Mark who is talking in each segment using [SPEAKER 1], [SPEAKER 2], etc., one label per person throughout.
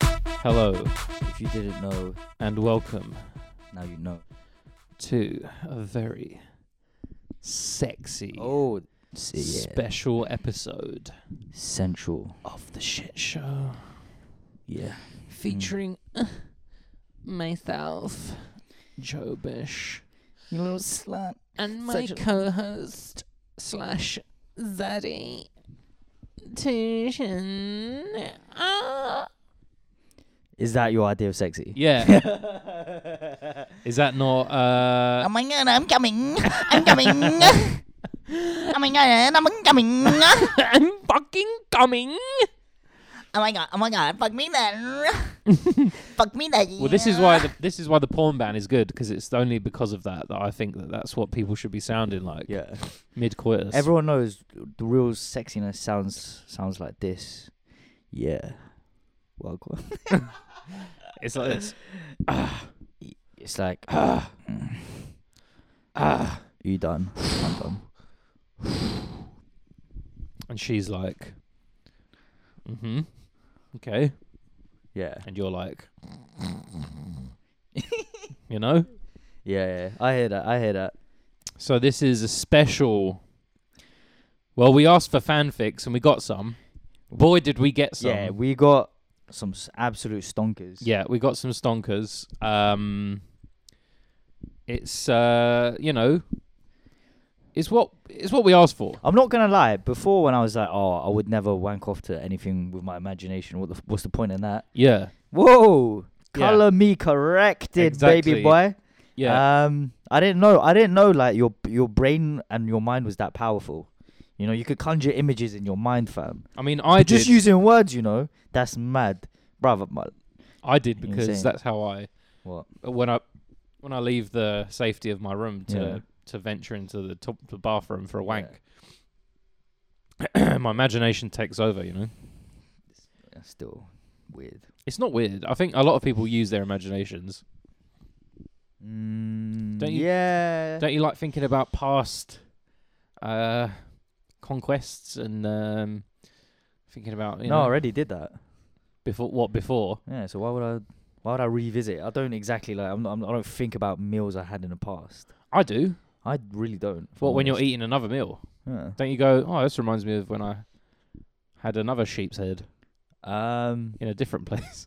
[SPEAKER 1] Hello
[SPEAKER 2] If you didn't know,
[SPEAKER 1] and welcome
[SPEAKER 2] now you know.
[SPEAKER 1] to a very sexy
[SPEAKER 2] Oh, s- yeah.
[SPEAKER 1] special episode
[SPEAKER 2] Central.
[SPEAKER 1] of the shit show
[SPEAKER 2] Yeah.
[SPEAKER 1] featuring uh, myself, Joe Bish,
[SPEAKER 2] You little slut.
[SPEAKER 1] and
[SPEAKER 2] my
[SPEAKER 1] co-host slash Zaddy Tushin. Ah.
[SPEAKER 2] Is that your idea of sexy?
[SPEAKER 1] Yeah, is that not uh,
[SPEAKER 3] Oh my god, I'm coming. I'm coming. oh my god, I'm coming. Oh
[SPEAKER 1] I'm fucking coming?
[SPEAKER 3] my god, oh my god, fuck me then. fuck me then.
[SPEAKER 1] Well, this is why the this is why the porn ban is good because it's only because of that that I think that that's what people should be sounding like
[SPEAKER 2] Yeah.
[SPEAKER 1] mid coitus.
[SPEAKER 2] Everyone knows the real sexiness sounds sounds like this. Yeah. Welcome.
[SPEAKER 1] it's like this.
[SPEAKER 2] It's like ah. Ah. You done? I'm done.
[SPEAKER 1] And she's like, mm-hmm, okay.
[SPEAKER 2] Yeah.
[SPEAKER 1] And you're like, you know?
[SPEAKER 2] Yeah. Yeah. I hear that. I hear that.
[SPEAKER 1] So this is a special. Well, we asked for fanfics and we got some. Boy, did we get some.
[SPEAKER 2] Yeah. We got some s- absolute stonkers.
[SPEAKER 1] Yeah, we got some stonkers. Um, it's, uh, you know, it's what it's what we asked for.
[SPEAKER 2] I'm not gonna lie. Before, when I was like, "Oh, I would never wank off to anything with my imagination," what the, f- what's the point in that?
[SPEAKER 1] Yeah.
[SPEAKER 2] Whoa,
[SPEAKER 1] Yeah.
[SPEAKER 2] color me corrected,
[SPEAKER 1] Exactly.
[SPEAKER 2] baby boy.
[SPEAKER 1] Yeah.
[SPEAKER 2] Um, I didn't know. I didn't know like your your brain and your mind was that powerful. You know, you could conjure images in your mind, fam.
[SPEAKER 1] I mean, I
[SPEAKER 2] But just
[SPEAKER 1] did.
[SPEAKER 2] using words, you know, that's mad, brother. My,
[SPEAKER 1] I did because
[SPEAKER 2] Insane.
[SPEAKER 1] that's how I
[SPEAKER 2] what?
[SPEAKER 1] when I when I leave the safety of my room to
[SPEAKER 2] Yeah.
[SPEAKER 1] to venture into the top the bathroom for a wank. my imagination takes over. You know,
[SPEAKER 2] That's still weird.
[SPEAKER 1] it's not weird. I think a lot of people use their imaginations.
[SPEAKER 2] Mm,
[SPEAKER 1] Don't you-
[SPEAKER 2] yeah.
[SPEAKER 1] Don't you like thinking about past uh, conquests and um, thinking about you
[SPEAKER 2] no, I
[SPEAKER 1] know
[SPEAKER 2] already did that.
[SPEAKER 1] before what before?
[SPEAKER 2] Yeah, so why would I? Why would I revisit? I don't exactly like. I'm not, I'm not, I don't think about meals I had in the past.
[SPEAKER 1] I do.
[SPEAKER 2] I really don't. if I'm
[SPEAKER 1] What when you're
[SPEAKER 2] honest.
[SPEAKER 1] eating another meal?
[SPEAKER 2] Yeah.
[SPEAKER 1] Don't you go? Oh, this reminds me of when I had another sheep's head
[SPEAKER 2] Um,
[SPEAKER 1] in a different place.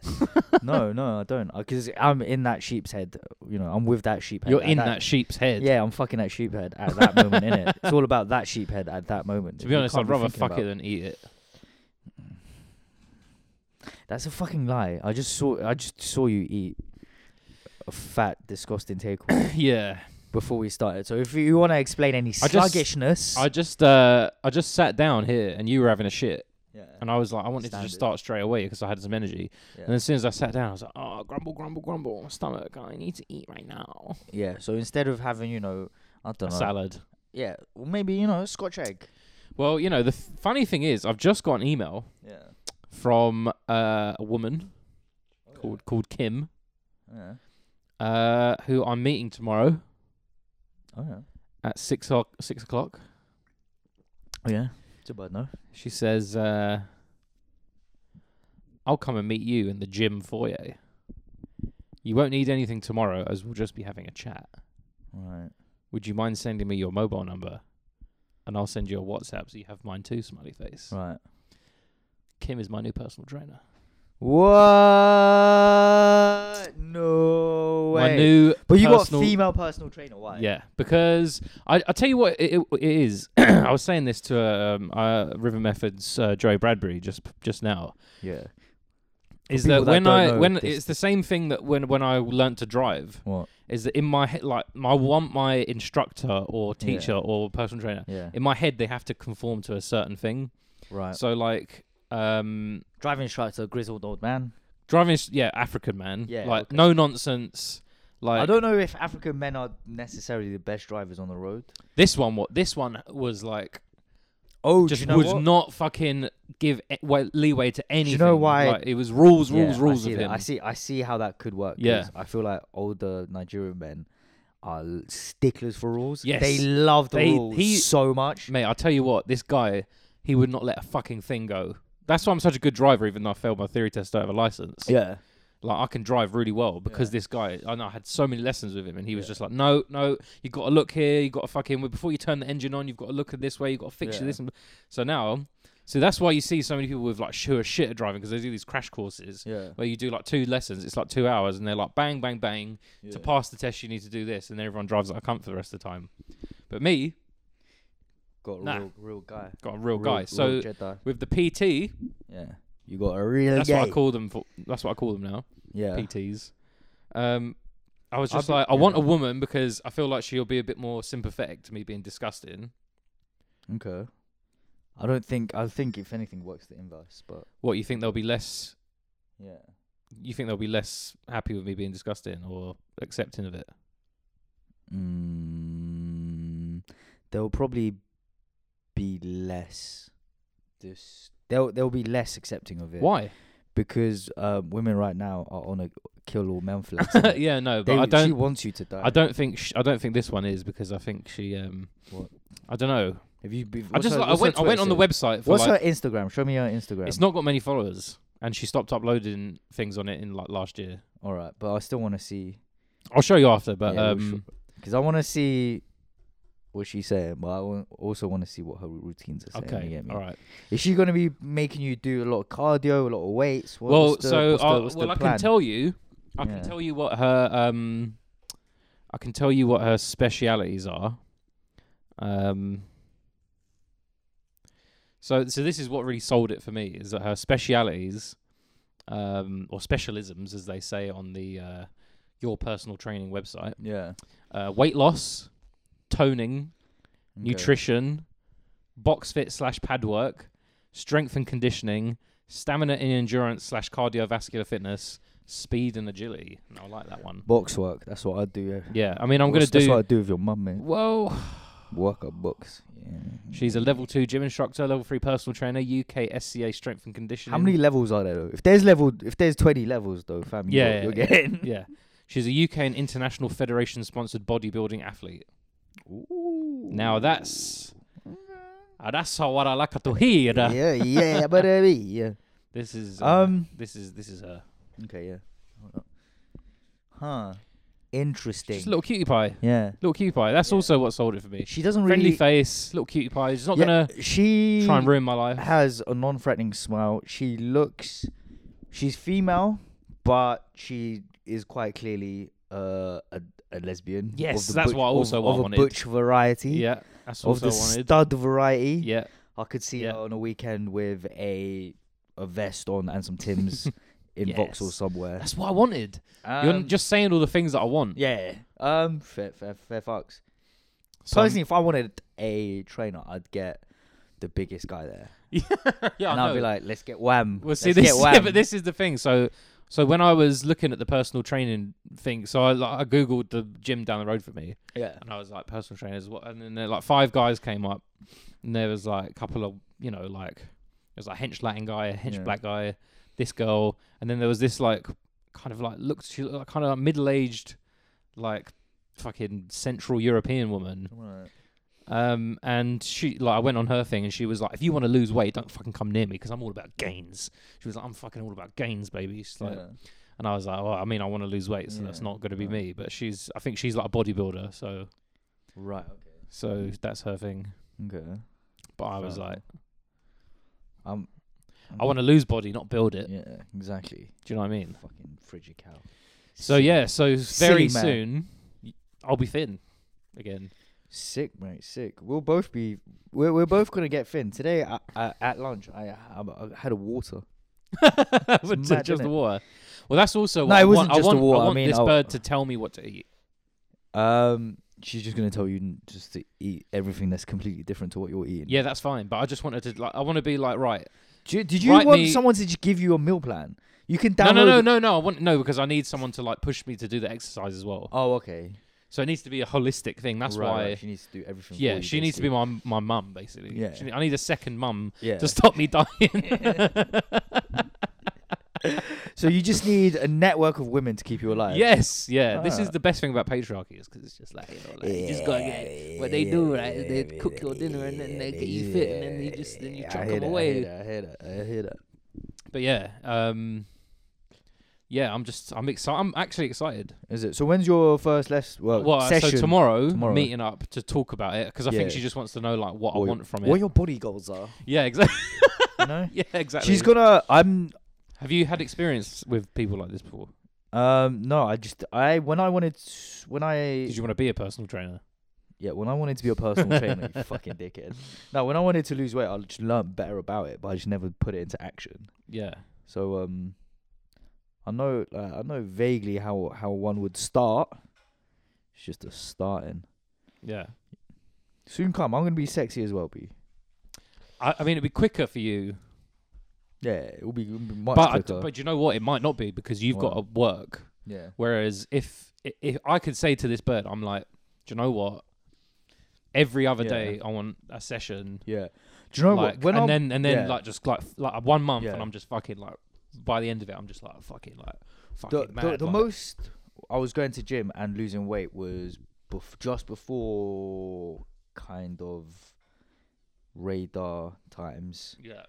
[SPEAKER 2] no, no, I don't. Because I'm in that sheep's head. You know, I'm with that sheep head.
[SPEAKER 1] You're
[SPEAKER 2] at
[SPEAKER 1] in that sheep's head.
[SPEAKER 2] Yeah, I'm fucking that sheep head at that moment. in it, it's all about that sheep head at that moment.
[SPEAKER 1] To
[SPEAKER 2] If
[SPEAKER 1] be
[SPEAKER 2] you
[SPEAKER 1] honest,
[SPEAKER 2] can't
[SPEAKER 1] I'd rather
[SPEAKER 2] thinking
[SPEAKER 1] fuck
[SPEAKER 2] about-
[SPEAKER 1] it than eat it.
[SPEAKER 2] That's a fucking lie. I just saw. I just saw you eat a fat, disgusting takeaway
[SPEAKER 1] yeah.
[SPEAKER 2] before we started. So if you want to explain any
[SPEAKER 1] just-
[SPEAKER 2] sluggishness,
[SPEAKER 1] I just uh I just sat down here and you were having a shit
[SPEAKER 2] yeah.
[SPEAKER 1] and I was like I wanted to just
[SPEAKER 2] Standard.
[SPEAKER 1] start straight away because I had some energy. And
[SPEAKER 2] Yeah.
[SPEAKER 1] as soon as I sat down I was like, "Oh, grumble, grumble, grumble, my stomach. I need to eat right now."
[SPEAKER 2] Yeah, So instead of having, you know, I
[SPEAKER 1] A
[SPEAKER 2] don't know.
[SPEAKER 1] salad.
[SPEAKER 2] Yeah. Well, maybe you know, Scotch egg.
[SPEAKER 1] Well, you know, the f- funny thing is I've just got an email
[SPEAKER 2] Yeah.
[SPEAKER 1] from uh, a woman called called Kim
[SPEAKER 2] Oh, Yeah.
[SPEAKER 1] uh who I'm meeting tomorrow
[SPEAKER 2] Oh yeah.
[SPEAKER 1] at 6 o- 6 o'clock.
[SPEAKER 2] Oh yeah. It's a bad no.
[SPEAKER 1] She says uh I'll come and meet you in the gym foyer. You won't need anything tomorrow as we'll just be having a chat.
[SPEAKER 2] Right.
[SPEAKER 1] Would you mind sending me your mobile number? And I'll send you a WhatsApp so you have mine too, smiley face.
[SPEAKER 2] Right.
[SPEAKER 1] Kim is my new personal trainer.
[SPEAKER 2] What? No way.
[SPEAKER 1] My new
[SPEAKER 2] but you got
[SPEAKER 1] personal-
[SPEAKER 2] female personal trainer. Why?
[SPEAKER 1] Yeah, because I I tell you what it, it is. I was saying this to um, uh, River Methods uh, Joey Bradbury just just now.
[SPEAKER 2] Yeah.
[SPEAKER 1] Is that
[SPEAKER 2] people that
[SPEAKER 1] when
[SPEAKER 2] don't
[SPEAKER 1] I
[SPEAKER 2] know
[SPEAKER 1] when
[SPEAKER 2] this-
[SPEAKER 1] it's the same thing that when when I learnt to drive
[SPEAKER 2] What?
[SPEAKER 1] is that in my head like I want my instructor or
[SPEAKER 2] Yeah.
[SPEAKER 1] teacher or personal trainer
[SPEAKER 2] Yeah.
[SPEAKER 1] in my head they have to conform to a certain thing.
[SPEAKER 2] Right.
[SPEAKER 1] So like um
[SPEAKER 2] Driving instructor, grizzled old man.
[SPEAKER 1] driving is- yeah African man
[SPEAKER 2] Yeah,
[SPEAKER 1] like
[SPEAKER 2] okay.
[SPEAKER 1] no nonsense like
[SPEAKER 2] I don't know if African men are necessarily the best drivers on the road.
[SPEAKER 1] this one what this one was like
[SPEAKER 2] Oh,
[SPEAKER 1] just would not fucking give e- wa- leeway to anything.
[SPEAKER 2] why-
[SPEAKER 1] Like, it was rules, rules, rules
[SPEAKER 2] I see
[SPEAKER 1] of
[SPEAKER 2] that.
[SPEAKER 1] him.
[SPEAKER 2] I see. I see how that could work. 'cause
[SPEAKER 1] Yeah.
[SPEAKER 2] I feel like older Nigerian men are l- sticklers for rules.
[SPEAKER 1] Yes.
[SPEAKER 2] They love the
[SPEAKER 1] They-
[SPEAKER 2] rules
[SPEAKER 1] he-
[SPEAKER 2] so much.
[SPEAKER 1] Mate, I'll tell you what, this guy, he would not let a fucking thing go. That's why I'm such a good driver, even though I failed my theory test. I have a license.
[SPEAKER 2] Yeah.
[SPEAKER 1] Like I can drive really well because this guy. I know I had so many lessons with him, and he was just like, "No, no, you got to look here. You got to fucking before you turn the engine on, you've got to look at this way. You got to fix
[SPEAKER 2] Yeah.
[SPEAKER 1] this." And, so now, so that's why you see so many people with like sure shit at driving because they do these crash courses
[SPEAKER 2] Yeah.
[SPEAKER 1] where you do like two lessons. It's like two hours, and they're like bang, bang, bang.
[SPEAKER 2] Yeah.
[SPEAKER 1] To pass the test, you need to do this, and then everyone drives like a cunt for the rest of the time. But me,
[SPEAKER 2] Got a
[SPEAKER 1] Nah.
[SPEAKER 2] real, real guy.
[SPEAKER 1] got a real,
[SPEAKER 2] Real-
[SPEAKER 1] guy.
[SPEAKER 2] real
[SPEAKER 1] so
[SPEAKER 2] Jedi.
[SPEAKER 1] with the PT,
[SPEAKER 2] Yeah. You got a real
[SPEAKER 1] that's
[SPEAKER 2] guy.
[SPEAKER 1] what I call them. For, that's what I call them now.
[SPEAKER 2] Yeah.
[SPEAKER 1] PTs. Um, I was
[SPEAKER 2] I've
[SPEAKER 1] just
[SPEAKER 2] been-
[SPEAKER 1] like, I want a
[SPEAKER 2] yeah.
[SPEAKER 1] woman because I feel like she'll be a bit more sympathetic to me being disgusting.
[SPEAKER 2] Okay. I don't think I think if anything works the inverse, but
[SPEAKER 1] What you think they'll be less?
[SPEAKER 2] yeah.
[SPEAKER 1] You think they'll be less happy with me being disgusting or accepting of it?
[SPEAKER 2] Mm, there'll probably be less. This they'll they'll be less accepting of it.
[SPEAKER 1] Why?
[SPEAKER 2] Because um, women right now are on a kill all men flag.
[SPEAKER 1] yeah, no, but
[SPEAKER 2] They-
[SPEAKER 1] I
[SPEAKER 2] She
[SPEAKER 1] don't.
[SPEAKER 2] wants you to die.
[SPEAKER 1] I don't think. Sh- I don't think this one is because I think she. Um,
[SPEAKER 2] What?
[SPEAKER 1] I don't know.
[SPEAKER 2] Have you? Be,
[SPEAKER 1] I
[SPEAKER 2] what's
[SPEAKER 1] just.
[SPEAKER 2] her-
[SPEAKER 1] like, I
[SPEAKER 2] what's her
[SPEAKER 1] went. I went
[SPEAKER 2] Twitter
[SPEAKER 1] on the
[SPEAKER 2] say?
[SPEAKER 1] website for
[SPEAKER 2] What's
[SPEAKER 1] like.
[SPEAKER 2] her Instagram? Show me her Instagram.
[SPEAKER 1] It's not got many followers, and she stopped uploading things on it in like last year.
[SPEAKER 2] all right, but I still want to see
[SPEAKER 1] I'll show you after, but
[SPEAKER 2] Yeah, we'll
[SPEAKER 1] um,
[SPEAKER 2] because I want to see what she's saying, but I wa- also want to see what her routines are saying. you
[SPEAKER 1] okay,
[SPEAKER 2] get me?
[SPEAKER 1] all right.
[SPEAKER 2] Is she going to be making you do a lot of cardio, a lot of weights? What-
[SPEAKER 1] well,
[SPEAKER 2] what's the-
[SPEAKER 1] so
[SPEAKER 2] what's the-
[SPEAKER 1] uh,
[SPEAKER 2] what's the
[SPEAKER 1] well, I
[SPEAKER 2] plan?
[SPEAKER 1] can tell you, I
[SPEAKER 2] Yeah.
[SPEAKER 1] can tell you what her um, I can tell you what her specialities are. Um, so so this is what really sold it for me is that her specialities, um, or specialisms as they say on the uh, your personal training website,
[SPEAKER 2] Yeah.
[SPEAKER 1] uh, weight loss, toning, nutrition, box fit slash pad work, strength and conditioning, stamina and endurance slash cardiovascular fitness, speed and agility. And I like that one.
[SPEAKER 2] Box work. That's what I do. Yeah.
[SPEAKER 1] Yeah, I mean, I'm gonna
[SPEAKER 2] That's- That's what I
[SPEAKER 1] do.
[SPEAKER 2] do with your mum, man.
[SPEAKER 1] Well,
[SPEAKER 2] Work up books. Yeah.
[SPEAKER 1] she's a level two gym instructor, level three personal trainer, UK SCA strength and conditioning.
[SPEAKER 2] How many levels are there though? If there's level, if there's twenty levels though, fam, you
[SPEAKER 1] Yeah,
[SPEAKER 2] you're
[SPEAKER 1] yeah,
[SPEAKER 2] getting.
[SPEAKER 1] Yeah, she's a UK and international federation sponsored bodybuilding athlete.
[SPEAKER 2] Ooh.
[SPEAKER 1] Now that's. ah, that's what I like to hear.
[SPEAKER 2] Yeah, yeah, but uh, yeah.
[SPEAKER 1] This uh. is um,
[SPEAKER 2] Um,
[SPEAKER 1] this is this is her.
[SPEAKER 2] Okay, yeah. Hold up. Huh. Interesting.
[SPEAKER 1] Just a little cutie pie.
[SPEAKER 2] yeah.
[SPEAKER 1] Little cutie pie. That's
[SPEAKER 2] Yeah.
[SPEAKER 1] also what sold it for me.
[SPEAKER 2] She doesn't
[SPEAKER 1] Friendly
[SPEAKER 2] really.
[SPEAKER 1] face, little cutie pie. She's not
[SPEAKER 2] Yeah,
[SPEAKER 1] gonna
[SPEAKER 2] She
[SPEAKER 1] try and ruin my life.
[SPEAKER 2] has a non-threatening smile. She looks, she's female, but she is quite clearly uh, a a lesbian. of
[SPEAKER 1] Yes,
[SPEAKER 2] the
[SPEAKER 1] that's what I also
[SPEAKER 2] of,
[SPEAKER 1] what I
[SPEAKER 2] of
[SPEAKER 1] wanted.
[SPEAKER 2] a butch variety.
[SPEAKER 1] Yeah, that's
[SPEAKER 2] of
[SPEAKER 1] also
[SPEAKER 2] the
[SPEAKER 1] wanted.
[SPEAKER 2] stud variety.
[SPEAKER 1] Yeah,
[SPEAKER 2] I could see
[SPEAKER 1] Yeah.
[SPEAKER 2] her on a weekend with a a vest on and some Tim's in Vauxhall
[SPEAKER 1] Yes.
[SPEAKER 2] somewhere.
[SPEAKER 1] that's what I wanted. You're
[SPEAKER 2] Um,
[SPEAKER 1] just saying all the things that I want.
[SPEAKER 2] yeah. Um, fair, fair, fair fucks.
[SPEAKER 1] So I'm-
[SPEAKER 2] Personally, if I wanted a trainer, I'd get the biggest guy there,
[SPEAKER 1] yeah,
[SPEAKER 2] and
[SPEAKER 1] I
[SPEAKER 2] I'd
[SPEAKER 1] know.
[SPEAKER 2] be like, "Let's get wham."
[SPEAKER 1] well, see
[SPEAKER 2] Let's
[SPEAKER 1] this.
[SPEAKER 2] get
[SPEAKER 1] Yeah,
[SPEAKER 2] wham.
[SPEAKER 1] but this is the thing. So, so when I was looking at the personal training thing, so I like, I googled the gym down the road for me,
[SPEAKER 2] Yeah.
[SPEAKER 1] and I was like personal trainers. What? And then there, like five guys came up, and there was like a couple of you know like there was like a hench Latin guy, a hench
[SPEAKER 2] Yeah.
[SPEAKER 1] black guy, this girl, and then there was this like kind of like looked she looked like kind of like middle aged like fucking Central European woman. Um, and she like I went on her thing, and she was like, if you want to lose weight, don't fucking come near me because I'm all about gains. She was like, I'm fucking all about gains, baby. She's like, and I was like, well, I mean, I want to lose weight, so that's
[SPEAKER 2] Yeah,
[SPEAKER 1] not going to be
[SPEAKER 2] right.
[SPEAKER 1] me. But she's, I think she's like a bodybuilder, so.
[SPEAKER 2] Right.
[SPEAKER 1] So that's her thing.
[SPEAKER 2] Okay. okay.
[SPEAKER 1] But I was
[SPEAKER 2] Mm. Fair.
[SPEAKER 1] like,
[SPEAKER 2] Um,
[SPEAKER 1] I want to lose body, not build it.
[SPEAKER 2] Yeah, exactly.
[SPEAKER 1] Do you know what I mean?
[SPEAKER 2] Fucking frigid cow.
[SPEAKER 1] So
[SPEAKER 2] Sick.
[SPEAKER 1] yeah, so very
[SPEAKER 2] Silly man.
[SPEAKER 1] soon y- I'll be thin again.
[SPEAKER 2] Sick, mate. Sick. We'll both be. We're, we're both gonna get thin today. I, I, at lunch, I, I, I had a water.
[SPEAKER 1] With ju-
[SPEAKER 2] mad,
[SPEAKER 1] just
[SPEAKER 2] innit?
[SPEAKER 1] the water. Well, that's also
[SPEAKER 2] No,
[SPEAKER 1] what
[SPEAKER 2] it
[SPEAKER 1] I want-
[SPEAKER 2] wasn't
[SPEAKER 1] I
[SPEAKER 2] just the
[SPEAKER 1] want,
[SPEAKER 2] water,
[SPEAKER 1] I
[SPEAKER 2] I
[SPEAKER 1] want
[SPEAKER 2] mean,
[SPEAKER 1] this
[SPEAKER 2] I-
[SPEAKER 1] bird to tell me what to eat.
[SPEAKER 2] Um, she's just gonna tell you n- just to eat everything that's completely different to what you're eating.
[SPEAKER 1] Yeah, that's fine. But I just wanted to like, I want to be like right.
[SPEAKER 2] Do, you- did you
[SPEAKER 1] Write
[SPEAKER 2] want
[SPEAKER 1] me-
[SPEAKER 2] someone to just give you a meal plan? You can
[SPEAKER 1] No,
[SPEAKER 2] download.
[SPEAKER 1] no, no, no, no. I want no because I need someone to like push me to do the exercise as well.
[SPEAKER 2] Oh, okay.
[SPEAKER 1] So it needs to be a holistic thing. That's
[SPEAKER 2] Right,
[SPEAKER 1] why.
[SPEAKER 2] right, she needs to do everything.
[SPEAKER 1] Yeah, she needs to be my my mum basically.
[SPEAKER 2] Yeah.
[SPEAKER 1] She- I need a second mum
[SPEAKER 2] Yeah.
[SPEAKER 1] to stop me dying.
[SPEAKER 2] so you just need a network of women to keep you alive.
[SPEAKER 1] Yes, yeah. This is
[SPEAKER 2] Ah.
[SPEAKER 1] the best thing about patriarchy is because it's just like, you know, like you just gotta get what they do, right? is They cook your dinner and then they get you fit, and then you just then you chuck
[SPEAKER 2] I
[SPEAKER 1] them
[SPEAKER 2] hear that, I
[SPEAKER 1] away.
[SPEAKER 2] hear that, I hear that. I hear that.
[SPEAKER 1] But yeah, um, yeah, I'm just I'm excited. I'm actually excited.
[SPEAKER 2] Is it? So when's your first less well,
[SPEAKER 1] well,
[SPEAKER 2] session?
[SPEAKER 1] so tomorrow,
[SPEAKER 2] Tomorrow.
[SPEAKER 1] meeting up to talk about it because I think
[SPEAKER 2] Yeah.
[SPEAKER 1] she just wants to know like what I
[SPEAKER 2] What-
[SPEAKER 1] want from
[SPEAKER 2] What
[SPEAKER 1] it.
[SPEAKER 2] your body goals are?
[SPEAKER 1] Yeah, exactly.
[SPEAKER 2] You know.
[SPEAKER 1] yeah, exactly.
[SPEAKER 2] She's gonna. I'm.
[SPEAKER 1] Have you had experience with people like this before?
[SPEAKER 2] Um. No. I just. I when I wanted. s- When I.
[SPEAKER 1] Did you want to be a personal trainer?
[SPEAKER 2] Yeah. When I wanted to be a personal trainer, you fucking dickhead. No. When I wanted to lose weight, I just learned better about it, but I just never put it into action.
[SPEAKER 1] Yeah.
[SPEAKER 2] So um. I know. Uh, I know vaguely how how one would start. It's just a starting.
[SPEAKER 1] Yeah.
[SPEAKER 2] Soon come. I'm gonna be sexy as well, b.
[SPEAKER 1] I, I mean, it'd be quicker for you,
[SPEAKER 2] Yeah. It will be, it'll be much
[SPEAKER 1] but I-
[SPEAKER 2] quicker.
[SPEAKER 1] but you know what? It might not be because you've got
[SPEAKER 2] Why?
[SPEAKER 1] to work.
[SPEAKER 2] yeah.
[SPEAKER 1] Whereas if i- if I could say to this bird, I'm like, do you know what? Every other
[SPEAKER 2] Yeah.
[SPEAKER 1] day, I want a session.
[SPEAKER 2] Yeah. Do you know
[SPEAKER 1] like,
[SPEAKER 2] what? When
[SPEAKER 1] and
[SPEAKER 2] I'm,
[SPEAKER 1] then and then
[SPEAKER 2] yeah.
[SPEAKER 1] like just like f- like one month,
[SPEAKER 2] Yeah.
[SPEAKER 1] and I'm just fucking like by the end of it, I'm just like fucking like fucking
[SPEAKER 2] the,
[SPEAKER 1] mad.
[SPEAKER 2] the, the
[SPEAKER 1] like-
[SPEAKER 2] most I was going to gym and losing weight was bef- just before kind of radar times,
[SPEAKER 1] yeah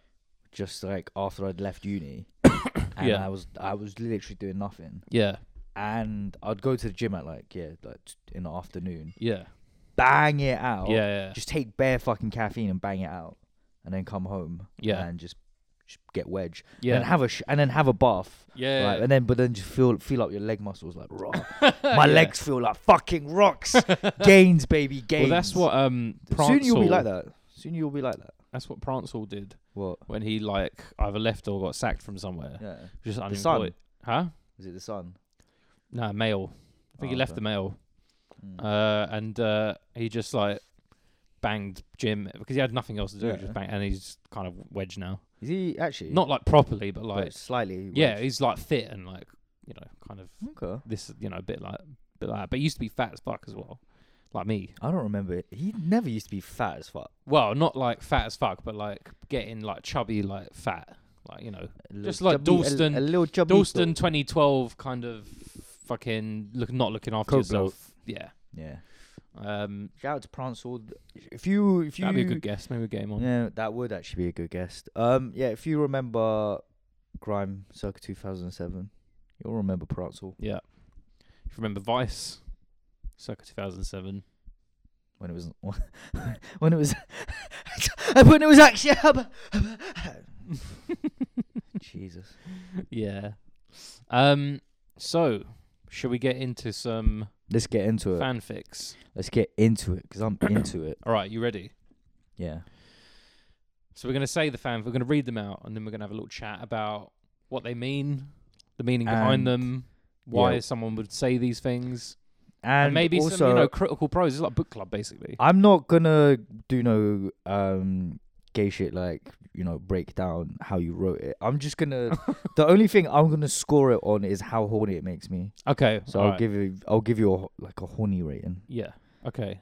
[SPEAKER 2] just like after I'd left uni. and
[SPEAKER 1] Yeah.
[SPEAKER 2] I was I was literally doing nothing,
[SPEAKER 1] yeah
[SPEAKER 2] and I'd go to the gym at like yeah, like t- in the afternoon,
[SPEAKER 1] yeah
[SPEAKER 2] bang it out,
[SPEAKER 1] yeah yeah
[SPEAKER 2] just take bare fucking caffeine and bang it out, and then come home,
[SPEAKER 1] Yeah.
[SPEAKER 2] and just, just get wedge,
[SPEAKER 1] yeah
[SPEAKER 2] and then have a sh- and then have a bath,
[SPEAKER 1] yeah
[SPEAKER 2] Right, and then but then just feel feel up your leg muscles like raw.
[SPEAKER 1] Yeah.
[SPEAKER 2] My legs feel like fucking rocks. gains, baby,
[SPEAKER 1] Well,
[SPEAKER 2] gains.
[SPEAKER 1] that's what um
[SPEAKER 2] Soon you'll be
[SPEAKER 1] Prancel-
[SPEAKER 2] like that. Soon you'll be like that.
[SPEAKER 1] That's what Prancel did
[SPEAKER 2] What?
[SPEAKER 1] when he like either left or got sacked from somewhere.
[SPEAKER 2] Yeah.
[SPEAKER 1] Just
[SPEAKER 2] The sun.
[SPEAKER 1] unemployed. Huh?
[SPEAKER 2] Is it the sun?
[SPEAKER 1] No, mail. I think he
[SPEAKER 2] Oh,
[SPEAKER 1] left
[SPEAKER 2] okay.
[SPEAKER 1] the mail,
[SPEAKER 2] Mm.
[SPEAKER 1] uh, and uh, he just like banged Jim because he had nothing else to do.
[SPEAKER 2] Yeah.
[SPEAKER 1] Just bang, and he's kind of wedged now.
[SPEAKER 2] Is he actually
[SPEAKER 1] Not like properly, but
[SPEAKER 2] Like,
[SPEAKER 1] like
[SPEAKER 2] slightly?
[SPEAKER 1] yeah,
[SPEAKER 2] wedged?
[SPEAKER 1] he's like fit and like you know, kind of
[SPEAKER 2] okay.
[SPEAKER 1] this you know, a bit like bit like. that. But he used to be fat as fuck as well, like me.
[SPEAKER 2] I don't remember. it. He never used to be fat as fuck.
[SPEAKER 1] Well, not like fat as fuck, but like getting like chubby, like fat, like you know,
[SPEAKER 2] A little
[SPEAKER 1] Just like
[SPEAKER 2] chubby- a-
[SPEAKER 1] Dalston-
[SPEAKER 2] A, little chubby.
[SPEAKER 1] Dalston 2012 kind of fucking look not looking after
[SPEAKER 2] Coke
[SPEAKER 1] yourself. Yeah.
[SPEAKER 2] Yeah.
[SPEAKER 1] Um,
[SPEAKER 2] Shout out to Prancel. If you, if you,
[SPEAKER 1] that'd be a good guess. Maybe we get him on.
[SPEAKER 2] Yeah, that would actually be a good guest. Um, yeah, if you remember Grime circa 2007, you'll remember Pratzel
[SPEAKER 1] Yeah. If you remember Vice, circa 2007.
[SPEAKER 2] when it was when it was when it was actually Jesus.
[SPEAKER 1] yeah. Um. So, shall we get into some
[SPEAKER 2] Let's get into it.
[SPEAKER 1] fanfics?
[SPEAKER 2] Let's get into it because I'm into it.
[SPEAKER 1] All right, you ready?
[SPEAKER 2] Yeah.
[SPEAKER 1] So we're gonna say the fan. We're gonna read them out, and then we're gonna have a little chat about what they mean, the meaning behind
[SPEAKER 2] And-
[SPEAKER 1] them, why
[SPEAKER 2] yeah.
[SPEAKER 1] someone would say these things,
[SPEAKER 2] And,
[SPEAKER 1] and, maybe
[SPEAKER 2] also,
[SPEAKER 1] some you know critical prose. It's like book club basically.
[SPEAKER 2] I'm not gonna do no um gay shit like you know break down how you wrote it. I'm just gonna the only thing I'm gonna score it on is how horny it makes me.
[SPEAKER 1] Okay,
[SPEAKER 2] So I'll
[SPEAKER 1] alright.
[SPEAKER 2] give you I'll give you a, ho- like a horny rating.
[SPEAKER 1] Yeah. Okay.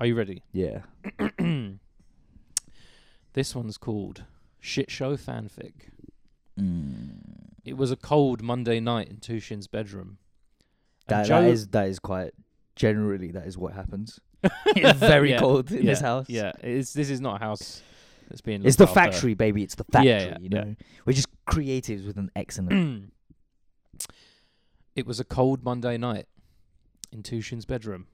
[SPEAKER 1] Are you ready?
[SPEAKER 2] Yeah.
[SPEAKER 1] this one's called Shit Show Fanfic.
[SPEAKER 2] Mm.
[SPEAKER 1] It was a cold Monday night in Tushin's bedroom.
[SPEAKER 2] That,
[SPEAKER 1] And
[SPEAKER 2] that
[SPEAKER 1] Joe-
[SPEAKER 2] is that is quite generally that is what happens. it's very
[SPEAKER 1] Yeah,
[SPEAKER 2] cold in this
[SPEAKER 1] yeah,
[SPEAKER 2] house.
[SPEAKER 1] Yeah, it's, this is not a house that's being.
[SPEAKER 2] It's the
[SPEAKER 1] looked after.
[SPEAKER 2] factory, baby. It's the
[SPEAKER 1] Yeah,
[SPEAKER 2] factory.
[SPEAKER 1] yeah,
[SPEAKER 2] you
[SPEAKER 1] yeah.
[SPEAKER 2] know, we're just creatives with an X in it.
[SPEAKER 1] it was a cold Monday night in Tushin's bedroom,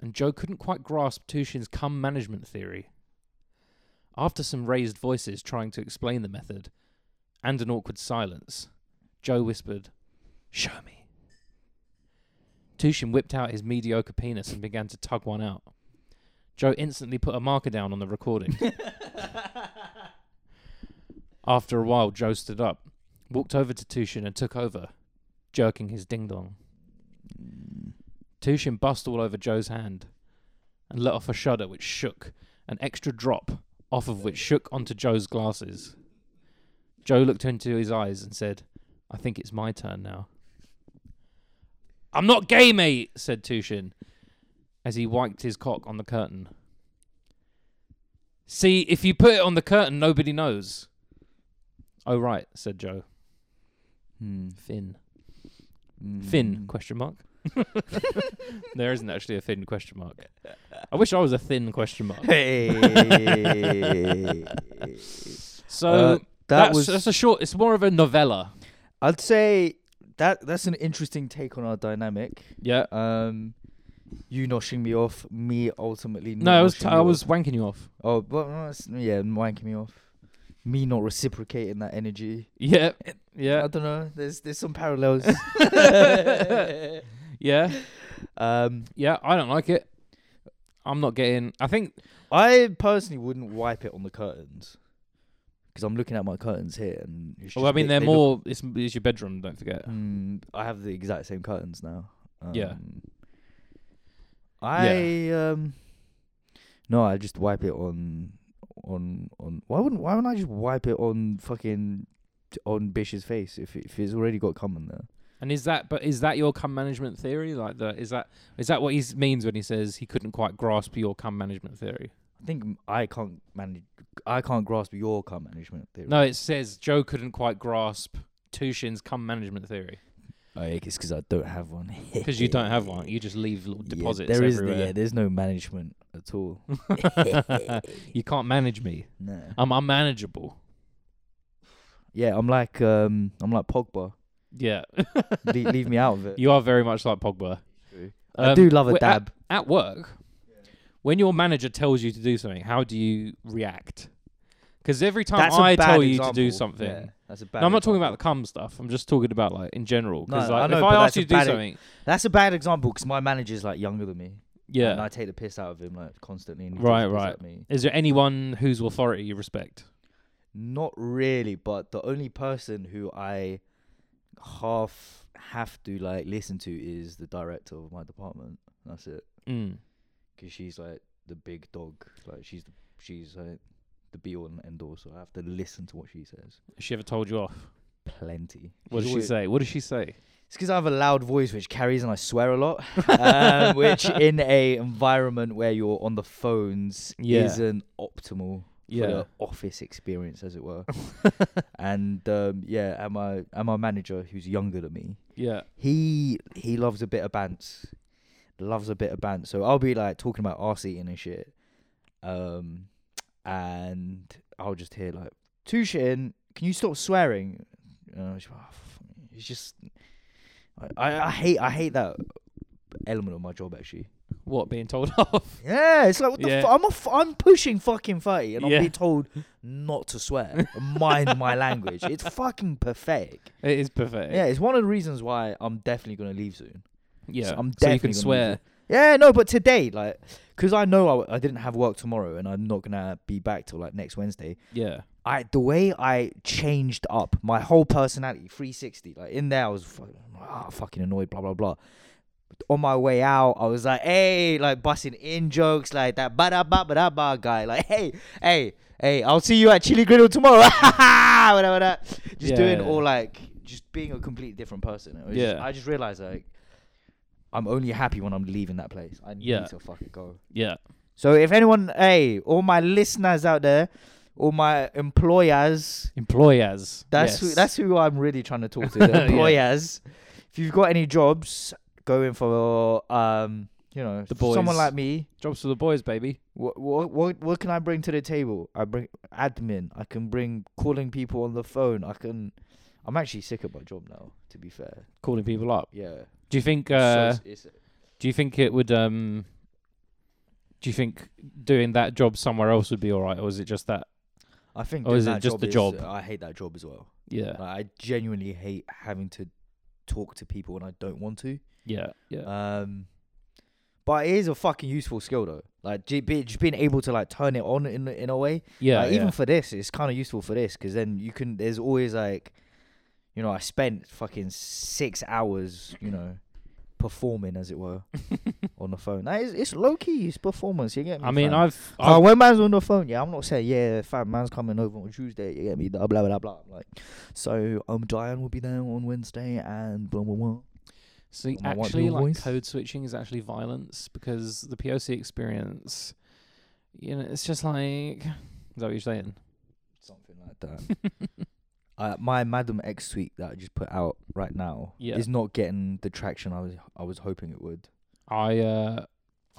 [SPEAKER 1] and Joe couldn't quite grasp Tushin's cum management theory. After some raised voices trying to explain the method, and an awkward silence, Joe whispered, Show me. Tushin whipped out his mediocre penis and began to tug one out. Joe instantly put a marker down on the recording. After a while, Joe stood up, walked over to Tushin and took over, jerking his ding dong. Tushin bust all over Joe's hand and let off a shudder which shook, an extra drop off of which shook onto Joe's glasses. Joe looked into his eyes and said, I think it's my turn now. I'm not gay, mate, said Tushin as he wiped his cock on the curtain. See, if you put it on the curtain, nobody knows. Oh, right, said Joe.
[SPEAKER 2] Hmm.
[SPEAKER 1] Finn.
[SPEAKER 2] Mm.
[SPEAKER 1] Finn? Question mark. there isn't actually a thin question mark. I wish I was a thin question mark.
[SPEAKER 2] Hey.
[SPEAKER 1] So
[SPEAKER 2] Uh, that
[SPEAKER 1] that's
[SPEAKER 2] was.
[SPEAKER 1] that's a short. It's more of a novella.
[SPEAKER 2] I'd say that that's an interesting take on our dynamic.
[SPEAKER 1] Yeah.
[SPEAKER 2] Um, you noshing me off, me ultimately. Not
[SPEAKER 1] No, I was
[SPEAKER 2] noshing
[SPEAKER 1] t-
[SPEAKER 2] you
[SPEAKER 1] I
[SPEAKER 2] off.
[SPEAKER 1] was wanking you off.
[SPEAKER 2] Oh, well, no, that's- yeah, wanking me off. Me not reciprocating that energy.
[SPEAKER 1] Yeah.
[SPEAKER 2] I
[SPEAKER 1] Yeah.
[SPEAKER 2] don't know. There's there's some parallels.
[SPEAKER 1] Yeah.
[SPEAKER 2] um,
[SPEAKER 1] Yeah. I don't like it. I'm not getting. I think.
[SPEAKER 2] I personally wouldn't wipe it on the curtains because I'm looking at my curtains here, and it's
[SPEAKER 1] Well, I
[SPEAKER 2] just-
[SPEAKER 1] mean,
[SPEAKER 2] they-
[SPEAKER 1] they're
[SPEAKER 2] they look-
[SPEAKER 1] more. It's, it's your bedroom. Don't forget.
[SPEAKER 2] Mm, I have the exact same curtains now. Um,
[SPEAKER 1] Yeah.
[SPEAKER 2] I um, no, I just wipe it on on on. Why wouldn't Why wouldn't I just wipe it on fucking on Bish's face if if it's already got cum on there?
[SPEAKER 1] And is that? But is that your cum management theory? Like the is that is that what he s- means when he says he couldn't quite grasp your cum management theory?
[SPEAKER 2] I think m- I can't manage. I can't grasp your cum management theory.
[SPEAKER 1] No, it says Joe couldn't quite grasp Tushin's cum management theory
[SPEAKER 2] oh, yeah, it's because I don't have one.
[SPEAKER 1] because you don't have one. You just leave little
[SPEAKER 2] Yeah,
[SPEAKER 1] deposits
[SPEAKER 2] there is
[SPEAKER 1] everywhere.
[SPEAKER 2] yeah, there's no management at all.
[SPEAKER 1] you can't manage me.
[SPEAKER 2] No.
[SPEAKER 1] I'm unmanageable.
[SPEAKER 2] Yeah, I'm like um, I'm like Pogba.
[SPEAKER 1] Yeah.
[SPEAKER 2] Le- leave me out of it.
[SPEAKER 1] You are very much like Pogba.
[SPEAKER 2] True. I
[SPEAKER 1] Um,
[SPEAKER 2] do love a
[SPEAKER 1] wait, at-
[SPEAKER 2] dab.
[SPEAKER 1] At, work, when your manager tells you to do something, how do you react? Because every time
[SPEAKER 2] That's a
[SPEAKER 1] I
[SPEAKER 2] bad
[SPEAKER 1] tell you to do
[SPEAKER 2] example.
[SPEAKER 1] something,
[SPEAKER 2] Yeah, that's a bad.
[SPEAKER 1] no, I'm not talking about the
[SPEAKER 2] example.
[SPEAKER 1] cum stuff. I'm just talking about like in general. Because
[SPEAKER 2] No,
[SPEAKER 1] like,
[SPEAKER 2] I know,
[SPEAKER 1] if
[SPEAKER 2] but
[SPEAKER 1] I
[SPEAKER 2] that's
[SPEAKER 1] ask you
[SPEAKER 2] a
[SPEAKER 1] to do
[SPEAKER 2] bad e-
[SPEAKER 1] something,
[SPEAKER 2] That's a bad example because my manager's like younger than me. and
[SPEAKER 1] yeah.
[SPEAKER 2] I take the piss out of him like constantly. And he
[SPEAKER 1] Right,
[SPEAKER 2] takes the piss
[SPEAKER 1] right.
[SPEAKER 2] At me.
[SPEAKER 1] Is there anyone whose authority you respect?
[SPEAKER 2] Not really, but the only person who I half have to like listen to is the director of my department. That's it.
[SPEAKER 1] Mm.
[SPEAKER 2] because she's like the big dog. Like she's the, she's like the be all and end all. So I have to listen to what she says.
[SPEAKER 1] Has she ever told you off?
[SPEAKER 2] Plenty.
[SPEAKER 1] What
[SPEAKER 2] She's
[SPEAKER 1] does she
[SPEAKER 2] always-
[SPEAKER 1] say? What does she say?
[SPEAKER 2] It's because I have a loud voice which carries and I swear a lot, um, which in a environment where you're on the phones
[SPEAKER 1] Yeah.
[SPEAKER 2] isn't optimal.
[SPEAKER 1] Yeah.
[SPEAKER 2] For the office experience, as it were, and um, yeah, and my and my manager, who's younger than me,
[SPEAKER 1] Yeah.
[SPEAKER 2] he he loves a bit of bants, loves a bit of bants. So I'll be like talking about arse eating and shit, um, and I'll just hear like two shitting. Can you stop swearing? You know, it's oh, fuck. It's just I, I I hate I hate that element of my job actually.
[SPEAKER 1] What being told off?
[SPEAKER 2] Yeah, it's like what the
[SPEAKER 1] Yeah.
[SPEAKER 2] fu- I'm a f- I'm pushing fucking thirty and I'm
[SPEAKER 1] Yeah.
[SPEAKER 2] being told not to swear, and mind my language. It's fucking pathetic.
[SPEAKER 1] It is perfect.
[SPEAKER 2] Yeah, it's one of the reasons why I'm definitely gonna leave soon.
[SPEAKER 1] Yeah.
[SPEAKER 2] So
[SPEAKER 1] so
[SPEAKER 2] I'm
[SPEAKER 1] you
[SPEAKER 2] definitely
[SPEAKER 1] can
[SPEAKER 2] gonna
[SPEAKER 1] swear.
[SPEAKER 2] use Yeah, no, but today, like, because I know I, I didn't have work tomorrow and I'm not going to be back till like next Wednesday.
[SPEAKER 1] Yeah.
[SPEAKER 2] I The way I changed up my whole personality, 360, like, in there, I was fucking, ah, fucking annoyed, blah, blah, blah. On my way out, I was like, hey, like, busting in jokes, like that ba da ba ba da ba guy, like, hey, hey, hey, I'll see you at Chili Griddle tomorrow. whatever that. Just
[SPEAKER 1] Yeah,
[SPEAKER 2] doing
[SPEAKER 1] yeah.
[SPEAKER 2] all like, just being a completely different person. It was just-
[SPEAKER 1] Yeah.
[SPEAKER 2] I just realized, like, I'm only happy when I'm leaving that place. I need
[SPEAKER 1] Yeah.
[SPEAKER 2] to fucking go.
[SPEAKER 1] Yeah.
[SPEAKER 2] So if anyone, hey, all my listeners out there, all my employers,
[SPEAKER 1] Employers.
[SPEAKER 2] that's who,
[SPEAKER 1] Yes.
[SPEAKER 2] that's who I'm really trying to talk to. The
[SPEAKER 1] Yeah.
[SPEAKER 2] employers, if you've got any jobs, going for um, you know,
[SPEAKER 1] The boys.
[SPEAKER 2] someone like me.
[SPEAKER 1] jobs for the boys, baby.
[SPEAKER 2] What, what what what can I bring to the table? I bring admin. I can bring calling people on the phone. I can. I'm actually sick of my job now. To be fair,
[SPEAKER 1] Calling people up.
[SPEAKER 2] yeah.
[SPEAKER 1] Do you think?
[SPEAKER 2] So
[SPEAKER 1] Uh,
[SPEAKER 2] it's- it's-
[SPEAKER 1] do you think it would? Um, do you think doing that job somewhere else would be all right, or is it just that?
[SPEAKER 2] I think.
[SPEAKER 1] or
[SPEAKER 2] doing
[SPEAKER 1] oh, is it
[SPEAKER 2] that
[SPEAKER 1] just the
[SPEAKER 2] is-
[SPEAKER 1] job?
[SPEAKER 2] I hate that job as well.
[SPEAKER 1] Yeah.
[SPEAKER 2] Like, I genuinely hate having to talk to people when I don't want to.
[SPEAKER 1] Yeah. Yeah.
[SPEAKER 2] Um, but it is a fucking useful skill though. Like j- be- just being able to like turn it on in in a way.
[SPEAKER 1] yeah.
[SPEAKER 2] Like,
[SPEAKER 1] yeah.
[SPEAKER 2] Even for this, it's kind of useful for this because then you can. There's always like, you know, I spent fucking six hours, you know, performing as it were on the phone. That is, it's low key. It's performance. You get me?
[SPEAKER 1] I mean,
[SPEAKER 2] fam?
[SPEAKER 1] I've.
[SPEAKER 2] Oh,
[SPEAKER 1] I've
[SPEAKER 2] when man's on the phone, yeah, I'm not saying yeah, fam, man's coming over on Tuesday. You get me? Blah blah blah blah. I'm like, so um, Diane will be there on Wednesday, and blah blah blah.
[SPEAKER 1] see,
[SPEAKER 2] I want
[SPEAKER 1] actually,
[SPEAKER 2] your
[SPEAKER 1] like
[SPEAKER 2] voice.
[SPEAKER 1] code switching is actually violence because the POC experience. You know, it's just like. Is that what you're saying?
[SPEAKER 2] Something like that. uh, my Madam X tweet that I just put out right now
[SPEAKER 1] Yeah.
[SPEAKER 2] is not getting the traction I was I was hoping it would.
[SPEAKER 1] I uh,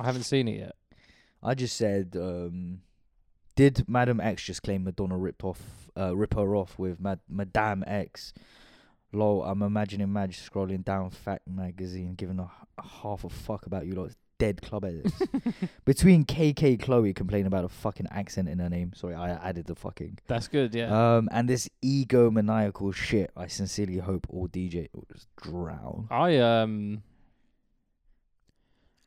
[SPEAKER 1] I haven't seen it yet.
[SPEAKER 2] I just said um, Did Madam X just claim Madonna ripped off, uh, rip her off with Mad- Madame X? Lol, I'm imagining Madge scrolling down Fact magazine, giving a, h- half a fuck about you lot's dead club edits. Between KK Chloe complaining about a fucking accent in her name. Sorry, I added the fucking.
[SPEAKER 1] That's good, yeah.
[SPEAKER 2] Um, and this egomaniacal shit. I sincerely hope all DJ will just drown.
[SPEAKER 1] I um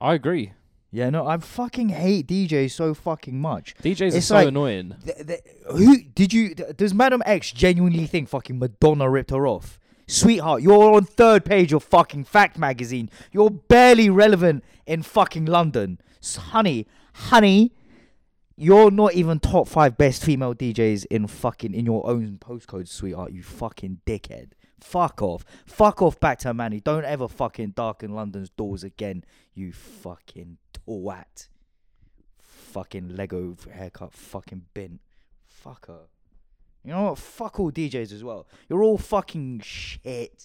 [SPEAKER 1] I agree.
[SPEAKER 2] Yeah, no, I fucking hate DJ so fucking much.
[SPEAKER 1] DJs are
[SPEAKER 2] It's
[SPEAKER 1] so
[SPEAKER 2] like-
[SPEAKER 1] annoying.
[SPEAKER 2] Th- th- who did you? th- Does Madam X genuinely think fucking Madonna ripped her off? Sweetheart, you're on third page of fucking Fact magazine. You're barely relevant in fucking London, S- honey. Honey, you're not even top five best female DJs in fucking in your own postcode, sweetheart. You fucking dickhead. Fuck off. Fuck off back to Manny. Don't ever fucking darken London's doors again. You fucking twat. Fucking Lego haircut. Fucking bint. Fuck her. You know what? Fuck all DJs as well. You're all fucking shit.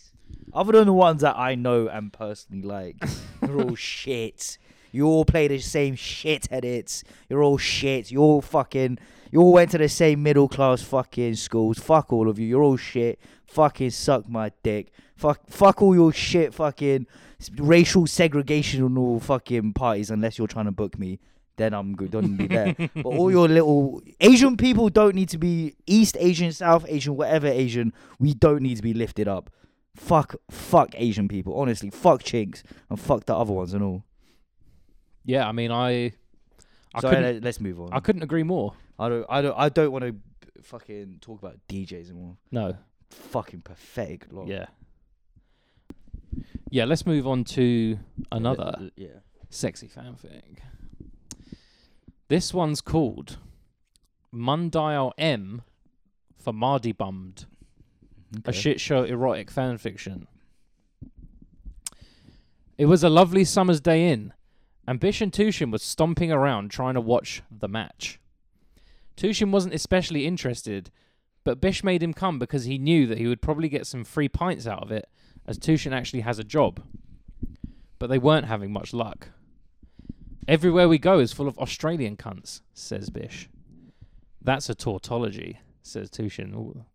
[SPEAKER 2] Other than the ones that I know and personally like, you're all shit. You all play the same shit edits. You're all shit. You all fucking. You all went to the same middle class fucking schools. Fuck all of you. You're all shit. Fucking suck my dick. Fuck. Fuck all your shit. Fucking s- racial segregation on all fucking parties. Unless you're trying to book me, then I'm good. Don't be there. but all your little Asian people don't need to be East Asian, South Asian, whatever Asian. We don't need to be lifted up. Fuck. Fuck Asian people. Honestly. Fuck chinks and fuck the other ones and all.
[SPEAKER 1] Yeah, I mean I I
[SPEAKER 2] So
[SPEAKER 1] couldn't
[SPEAKER 2] let, us move on.
[SPEAKER 1] I couldn't agree more.
[SPEAKER 2] I don't. I don't. I don't want to fucking talk about DJs anymore.
[SPEAKER 1] No.
[SPEAKER 2] Fucking pathetic. Lot.
[SPEAKER 1] Yeah. Yeah, let's move on to another
[SPEAKER 2] L- Yeah.
[SPEAKER 1] sexy fanfic. This one's called Mundial M for Mardy Bummed, a shit show erotic fanfiction. It was a lovely summer's day in, and Bish and Tushin was stomping around trying to watch the match. Tushin wasn't especially interested, but Bish made him come because he knew that he would probably get some free pints out of it, as Tushin actually has a job. But they weren't having much luck. Everywhere we go is full of Australian cunts, says Bish. That's a tautology, says Tushin. Ooh,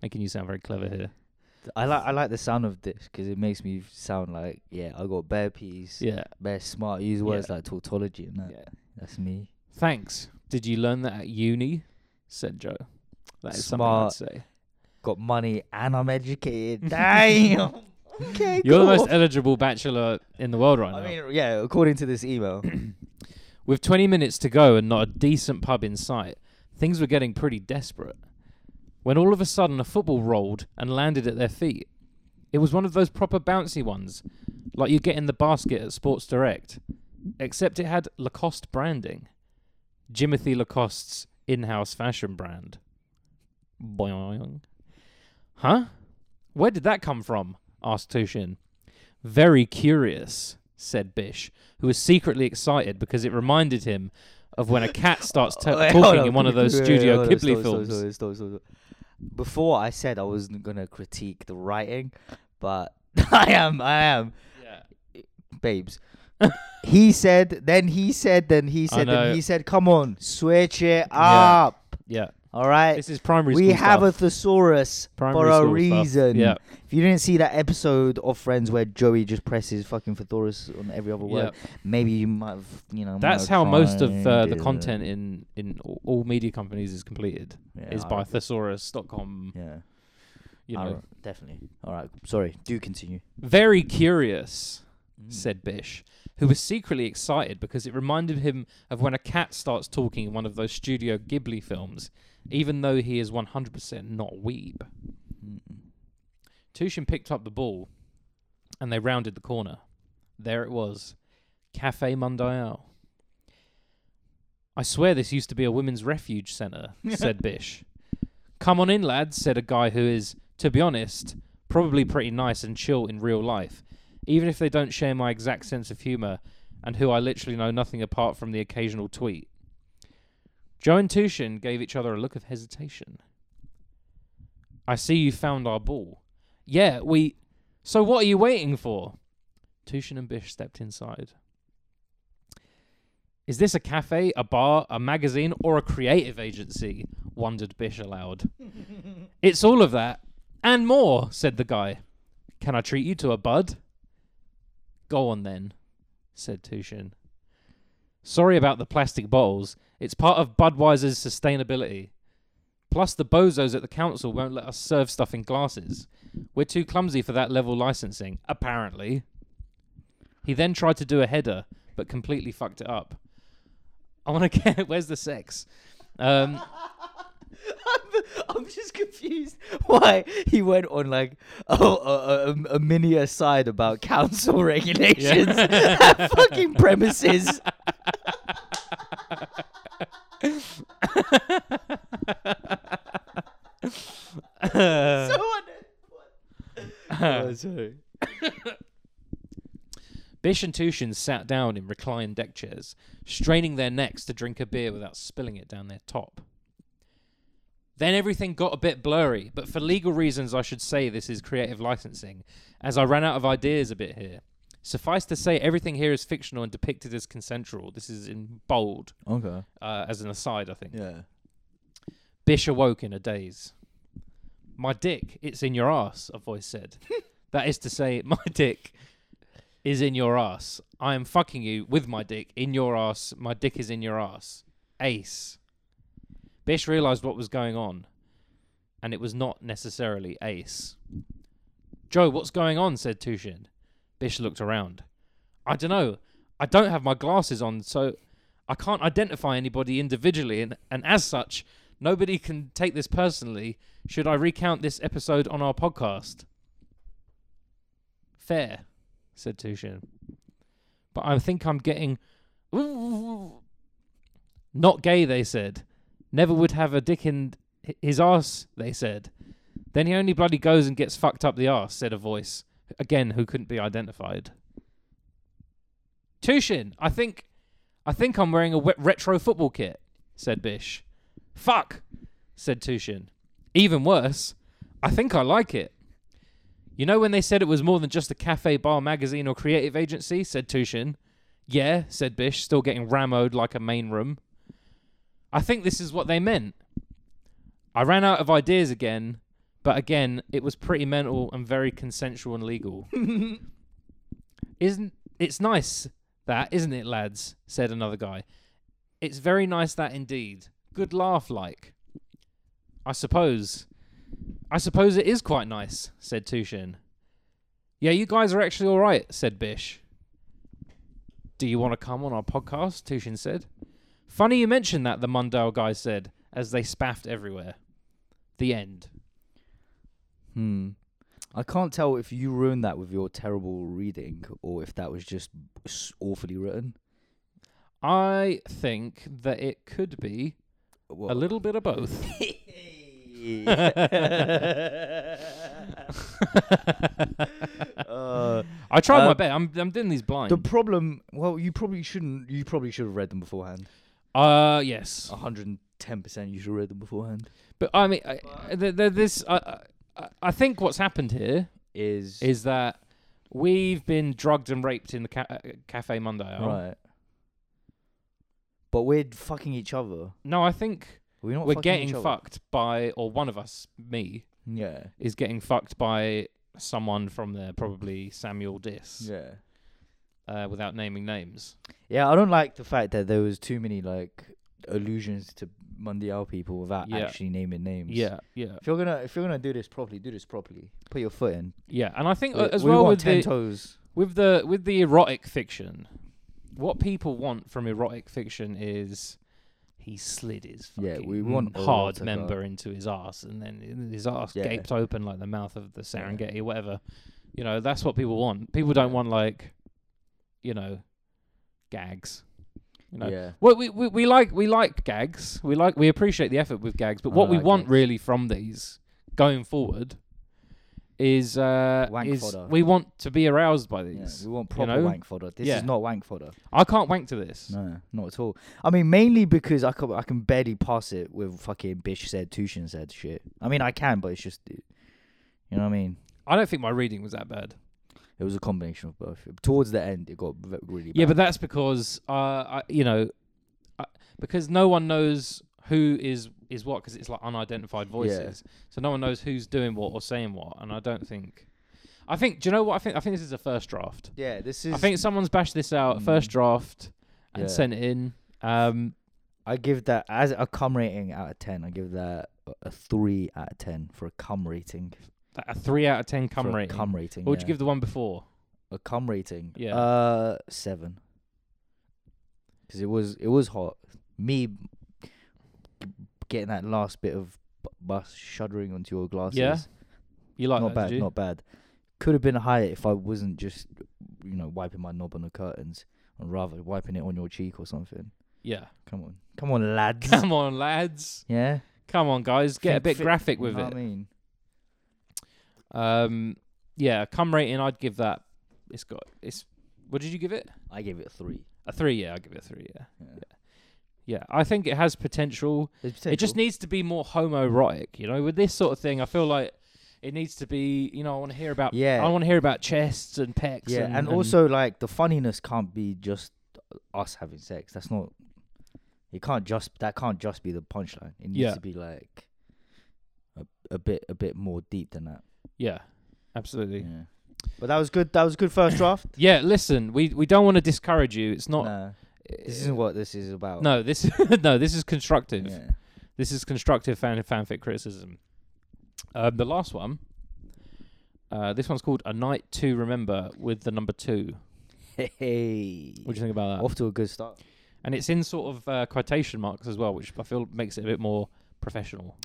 [SPEAKER 1] making you sound very clever here.
[SPEAKER 2] I like. I like the sound of this because it makes me sound like yeah. I got bare peas.
[SPEAKER 1] Yeah.
[SPEAKER 2] Bare smart. Use words like tautology and that.
[SPEAKER 1] Yeah.
[SPEAKER 2] That's me.
[SPEAKER 1] Thanks. Did you learn that at uni? said Joe. That is
[SPEAKER 2] Smart.
[SPEAKER 1] something I'd say.
[SPEAKER 2] Got money and I'm educated. Damn. okay.
[SPEAKER 1] You're the
[SPEAKER 2] cool.
[SPEAKER 1] most eligible bachelor in the world right
[SPEAKER 2] I
[SPEAKER 1] now.
[SPEAKER 2] mean, yeah. According to this email.
[SPEAKER 1] With 20 minutes to go and not a decent pub in sight, things were getting pretty desperate. When all of a sudden a football rolled and landed at their feet. It was one of those proper bouncy ones, like you get in the basket at Sports Direct, except it had Lacoste branding. Jimothy Lacoste's in house fashion brand. Boing. Huh? Where did that come from? asked Tushin. Very curious, said Bish, who was secretly excited because it reminded him of when a cat starts ta-
[SPEAKER 2] Wait, hold
[SPEAKER 1] talking
[SPEAKER 2] on.
[SPEAKER 1] in one of those
[SPEAKER 2] Wait, wait,
[SPEAKER 1] Studio
[SPEAKER 2] hold on.
[SPEAKER 1] Ghibli
[SPEAKER 2] Stop, stop,
[SPEAKER 1] films.
[SPEAKER 2] stop, stop, stop, stop. Before I said I wasn't gonna critique the writing, but I am, I am,
[SPEAKER 1] Yeah.
[SPEAKER 2] babes. he said, then he said, then he said,
[SPEAKER 1] know.
[SPEAKER 2] then he said. Come on, switch it up.
[SPEAKER 1] Yeah.
[SPEAKER 2] All right,
[SPEAKER 1] This is primary
[SPEAKER 2] we
[SPEAKER 1] school
[SPEAKER 2] have
[SPEAKER 1] stuff.
[SPEAKER 2] a thesaurus
[SPEAKER 1] Primary
[SPEAKER 2] for a
[SPEAKER 1] school stuff.
[SPEAKER 2] reason.
[SPEAKER 1] Yeah.
[SPEAKER 2] If you didn't see that episode of Friends where Joey just presses fucking thesaurus on every other word, maybe you might have, you know. might
[SPEAKER 1] That's how
[SPEAKER 2] have
[SPEAKER 1] most of
[SPEAKER 2] tried
[SPEAKER 1] uh, the
[SPEAKER 2] it.
[SPEAKER 1] content in, in all- all media companies is completed.
[SPEAKER 2] Yeah,
[SPEAKER 1] is
[SPEAKER 2] I
[SPEAKER 1] by
[SPEAKER 2] reckon.
[SPEAKER 1] thesaurus.com.
[SPEAKER 2] Yeah.
[SPEAKER 1] You know.
[SPEAKER 2] Alright, definitely. All right, sorry. Do continue. Mm,
[SPEAKER 1] Very curious,
[SPEAKER 2] Hmm.
[SPEAKER 1] said Bish, who was secretly excited because it reminded him of when a cat starts talking in one of those Studio Ghibli films, even though he is 100% not weeb.
[SPEAKER 2] mm,
[SPEAKER 1] Tushin picked up the ball and they rounded the corner. There it was Cafe Mundial. I swear this used to be a women's refuge centre, said Bish. Come on in, lads, said a guy who is, to be honest, probably pretty nice and chill in real life, even if they don't share my exact sense of humour and who I literally know nothing apart from the occasional tweet. Joe and Tushin gave each other a look of hesitation. I see you found our ball. Yeah, we. So what are you waiting for? Tushin and Bish stepped inside. Is this a cafe, a bar, a magazine, or a creative agency? wondered Bish aloud. it's all of that and more, said the guy. Can I treat you to a bud? Go on then, said Tushin. Sorry about the plastic bottles. It's part of Budweiser's sustainability. Plus, the bozos at the council won't let us serve stuff in glasses. We're too clumsy for that level licensing, apparently. He then tried to do a header, but completely fucked it up. I want to get. Where's the sex? Um,
[SPEAKER 2] I'm, I'm just confused why he went on like oh, a, a, a mini aside about council regulations at fucking premises. Someone. Oh, sorry.
[SPEAKER 1] Bish and Tushin sat down in reclined deck chairs, straining their necks to drink a beer without spilling it down their top. Then everything got a bit blurry, but for legal reasons, I should say this is creative licensing, as I ran out of ideas a bit here. Suffice to say, everything here is fictional and depicted as consensual. This is in bold,
[SPEAKER 2] Okay.
[SPEAKER 1] uh, as an aside, I think.
[SPEAKER 2] Yeah.
[SPEAKER 1] Bish awoke in a daze. My dick, it's in your ass, a voice said. that is to say, my dick is in your ass. I am fucking you with my dick in your ass. My dick is in your ass. Ace. Bish realized what was going on, and it was not necessarily Ace. Joe, what's going on? said Tushin. Bish looked around. I don't know. I don't have my glasses on, so I can't identify anybody individually, and, and as such, nobody can take this personally. Should I recount this episode on our podcast? Fair, said Tushin. But I think I'm getting. Not gay, they said. Never would have a dick in his ass, they said. Then he only bloody goes and gets fucked up the ass, said a voice, again, who couldn't be identified. Tushin, I think. I think I'm wearing a wet retro football kit, said Bish. Fuck, said Tushin. Even worse, I think I like it. You know when they said it was more than just a cafe, bar, magazine, or creative agency? said Tushin. Yeah, said Bish, still getting rammed like a main room. I think this is what they meant. I ran out of ideas again, but again, it was pretty mental and very consensual and legal. isn't it's nice that, isn't it, lads? said another guy. It's very nice that indeed. Good laugh, like. I suppose. I suppose it is quite nice, said Tushin. Yeah, you guys are actually all right, said Bish. Do you want to come on our podcast? Tushin said. Funny you mention that, the Mundale guy said, as they spaffed everywhere. The end.
[SPEAKER 2] Hmm. I can't tell if you ruined that with your terrible reading or if that was just s- awfully written.
[SPEAKER 1] I think that it could be
[SPEAKER 2] Well,
[SPEAKER 1] a little bit of both.
[SPEAKER 2] uh,
[SPEAKER 1] I tried my
[SPEAKER 2] Uh,
[SPEAKER 1] best. I'm, I'm doing these blind.
[SPEAKER 2] the problem. Well, you probably shouldn't. You probably should have read them beforehand.
[SPEAKER 1] uh, yes.
[SPEAKER 2] One hundred and ten percent. You should have read them beforehand.
[SPEAKER 1] But I mean, I, th- th- this. I, I, I think what's happened here
[SPEAKER 2] Is
[SPEAKER 1] is that we've been drugged and raped in the ca- uh, cafe Monday.
[SPEAKER 2] right. But we're fucking each other.
[SPEAKER 1] No, I think
[SPEAKER 2] We're not.
[SPEAKER 1] we're
[SPEAKER 2] fucking each
[SPEAKER 1] getting
[SPEAKER 2] other.
[SPEAKER 1] fucked by, or one of us, me,
[SPEAKER 2] Yeah.
[SPEAKER 1] is getting fucked by someone from there, probably Samuel Dis,
[SPEAKER 2] Yeah.
[SPEAKER 1] uh, without naming names.
[SPEAKER 2] Yeah, I don't like the fact that there was too many like allusions to Mundial people without
[SPEAKER 1] Yeah.
[SPEAKER 2] actually naming names.
[SPEAKER 1] Yeah, yeah,
[SPEAKER 2] If you're gonna if you're gonna do this properly, do this properly. Put your foot in.
[SPEAKER 1] yeah. And I think uh,
[SPEAKER 2] We-
[SPEAKER 1] as
[SPEAKER 2] we
[SPEAKER 1] well
[SPEAKER 2] want
[SPEAKER 1] with
[SPEAKER 2] ten
[SPEAKER 1] the,
[SPEAKER 2] toes.
[SPEAKER 1] with the with the erotic fiction, what people want from erotic fiction is he slid his
[SPEAKER 2] Yeah,
[SPEAKER 1] fucking
[SPEAKER 2] we want
[SPEAKER 1] hard
[SPEAKER 2] erotica.
[SPEAKER 1] member into his ass, and then his ass
[SPEAKER 2] Yeah.
[SPEAKER 1] gaped open like the mouth of the Serengeti, whatever. You know, that's what people want. People don't want like, you know, gags. You know,
[SPEAKER 2] Yeah.
[SPEAKER 1] well, we, we, we like we like gags. We like we appreciate the effort with gags, but
[SPEAKER 2] I
[SPEAKER 1] what we
[SPEAKER 2] like
[SPEAKER 1] want
[SPEAKER 2] gags.
[SPEAKER 1] really from these going forward is uh
[SPEAKER 2] Wank
[SPEAKER 1] is
[SPEAKER 2] fodder.
[SPEAKER 1] we want to be aroused by
[SPEAKER 2] Yeah,
[SPEAKER 1] these.
[SPEAKER 2] we want proper
[SPEAKER 1] know?
[SPEAKER 2] wank fodder. This
[SPEAKER 1] Yeah.
[SPEAKER 2] is not wank fodder.
[SPEAKER 1] I can't wank to this.
[SPEAKER 2] No, not at all. I mean, mainly because I can I can barely pass it with fucking Bish said, Tushin said shit. I mean, I can, but it's just, you know what I mean.
[SPEAKER 1] I don't think my reading was that bad.
[SPEAKER 2] It was a combination of both. Towards the end, it got ve- really bad.
[SPEAKER 1] Yeah, but that's because uh, I, you know, I, because no one knows who is is what because it's like unidentified voices, so no one knows who's doing what or saying what. And I don't think, I think, do you know what I think? I think this is a first draft.
[SPEAKER 2] yeah, this is.
[SPEAKER 1] I think someone's bashed this out first
[SPEAKER 2] Mm.
[SPEAKER 1] draft and
[SPEAKER 2] Yeah.
[SPEAKER 1] sent it in. Um,
[SPEAKER 2] I give that as a cum rating out of ten. I give that a- a three out of ten for a cum rating.
[SPEAKER 1] a three out of ten cum
[SPEAKER 2] for a
[SPEAKER 1] rating.
[SPEAKER 2] Cum rating.
[SPEAKER 1] what would
[SPEAKER 2] yeah.
[SPEAKER 1] you give the one before?
[SPEAKER 2] a cum rating?
[SPEAKER 1] Yeah.
[SPEAKER 2] Uh, seven. Because it was it was hot. Me g- getting that last bit of bu- bus shuddering onto your glasses.
[SPEAKER 1] You like
[SPEAKER 2] not
[SPEAKER 1] that,
[SPEAKER 2] bad,
[SPEAKER 1] did you?
[SPEAKER 2] not bad. Could have been higher if I wasn't just, you know, wiping my knob on the curtains, and rather wiping it on your cheek or something.
[SPEAKER 1] yeah.
[SPEAKER 2] Come on, come on, lads.
[SPEAKER 1] Come on, lads.
[SPEAKER 2] yeah,
[SPEAKER 1] Come on, guys. Get a
[SPEAKER 2] Think
[SPEAKER 1] bit
[SPEAKER 2] fit-
[SPEAKER 1] graphic
[SPEAKER 2] You
[SPEAKER 1] with
[SPEAKER 2] know
[SPEAKER 1] it.
[SPEAKER 2] what I mean,
[SPEAKER 1] Um, yeah, cum rating, I'd give that. It's got. It's. What did you give it?
[SPEAKER 2] I gave it a three.
[SPEAKER 1] A three. Yeah, I give it a three. Yeah.
[SPEAKER 2] Yeah.
[SPEAKER 1] Yeah, I think it has potential. It
[SPEAKER 2] There's
[SPEAKER 1] just
[SPEAKER 2] potential.
[SPEAKER 1] needs to be more homoerotic. You know, with this sort of thing, I feel like it needs to be. You know, I want to hear about.
[SPEAKER 2] Yeah.
[SPEAKER 1] I want to hear about chests and pecs.
[SPEAKER 2] yeah,
[SPEAKER 1] and,
[SPEAKER 2] and, also like the funniness can't be just us having sex. That's not. It can't just that can't just be the punchline. It needs
[SPEAKER 1] Yeah.
[SPEAKER 2] to be like a, a bit a bit more deep than that.
[SPEAKER 1] yeah, absolutely. Yeah.
[SPEAKER 2] Yeah. But that was good. That was good first draft.
[SPEAKER 1] listen, we we don't want to discourage you. It's not.
[SPEAKER 2] Nah, this isn't what this is about.
[SPEAKER 1] No, this no, this is constructive.
[SPEAKER 2] Yeah.
[SPEAKER 1] This is constructive fan fanfic criticism. Um, the last one. Uh, this one's called A Night to Remember with the number two.
[SPEAKER 2] Hey.
[SPEAKER 1] What do you think about that?
[SPEAKER 2] Off to a good start.
[SPEAKER 1] And it's in sort of uh, quotation marks as well, which I feel makes it a bit more professional.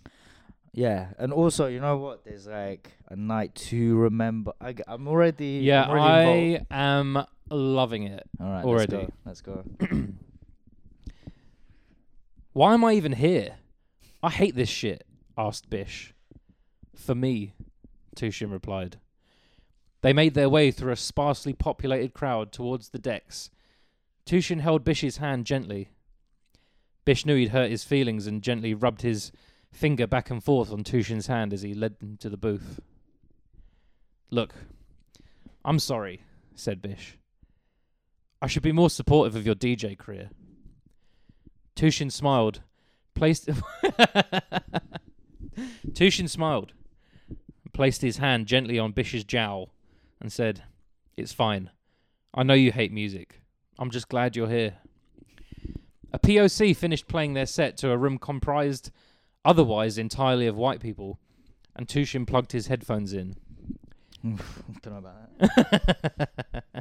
[SPEAKER 2] Yeah, and also you know what? There's like a night to remember. I, am already
[SPEAKER 1] yeah,
[SPEAKER 2] I'm already
[SPEAKER 1] I am loving it.
[SPEAKER 2] All right,
[SPEAKER 1] already.
[SPEAKER 2] Let's go. Let's go.
[SPEAKER 1] Why am I even here? I hate this shit, asked Bish. For me, Tushin replied. They made their way through a sparsely populated crowd towards the decks. Tushin held Bish's hand gently. Bish knew he'd hurt his feelings and gently rubbed his finger back and forth on Tushin's hand as he led them to the booth. Look, I'm sorry, said Bish. I should be more supportive of your DJ career. Tushin smiled, placed. Tushin smiled, placed his hand gently on Bish's jowl, and said, "It's fine. I know you hate music. I'm just glad you're here." A POC finished playing their set to a room comprised otherwise entirely of white people, and Tushin plugged his headphones in.
[SPEAKER 2] Don't know about that.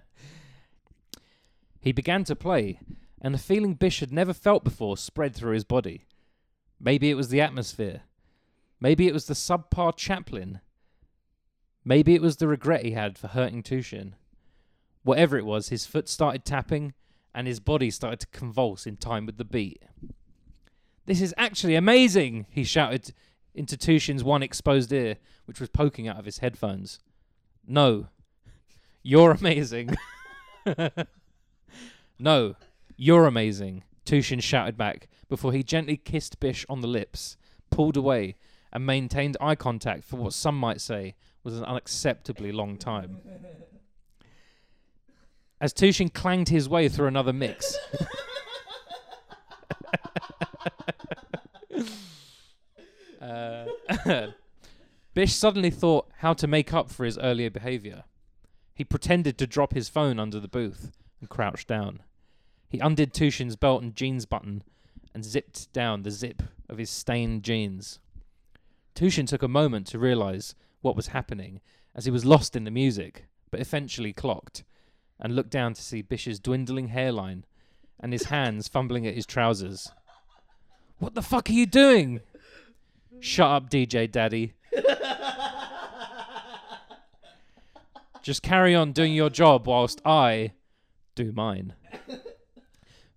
[SPEAKER 1] he began to play, and a feeling Bish had never felt before spread through his body. Maybe it was the atmosphere. Maybe it was the subpar chaplain. Maybe it was the regret he had for hurting Tushin. Whatever it was, his foot started tapping, and his body started to convulse in time with the beat. This is actually amazing, he shouted into Tushin's one exposed ear, which was poking out of his headphones. No, you're amazing. no, you're amazing, Tushin shouted back before he gently kissed Bish on the lips, pulled away, and maintained eye contact for what some might say was an unacceptably long time. As Tushin clanged his way through another mix. Uh, Bish suddenly thought how to make up for his earlier behavior. He pretended to drop his phone under the booth and crouched down. He undid Tushin's belt and jeans button and zipped down the zip of his stained jeans. Tushin took a moment to realize what was happening as he was lost in the music, but eventually clocked and looked down to see Bish's dwindling hairline and his hands fumbling at his trousers. What the fuck are you doing? Shut up, DJ Daddy. Just carry on doing your job whilst I do mine.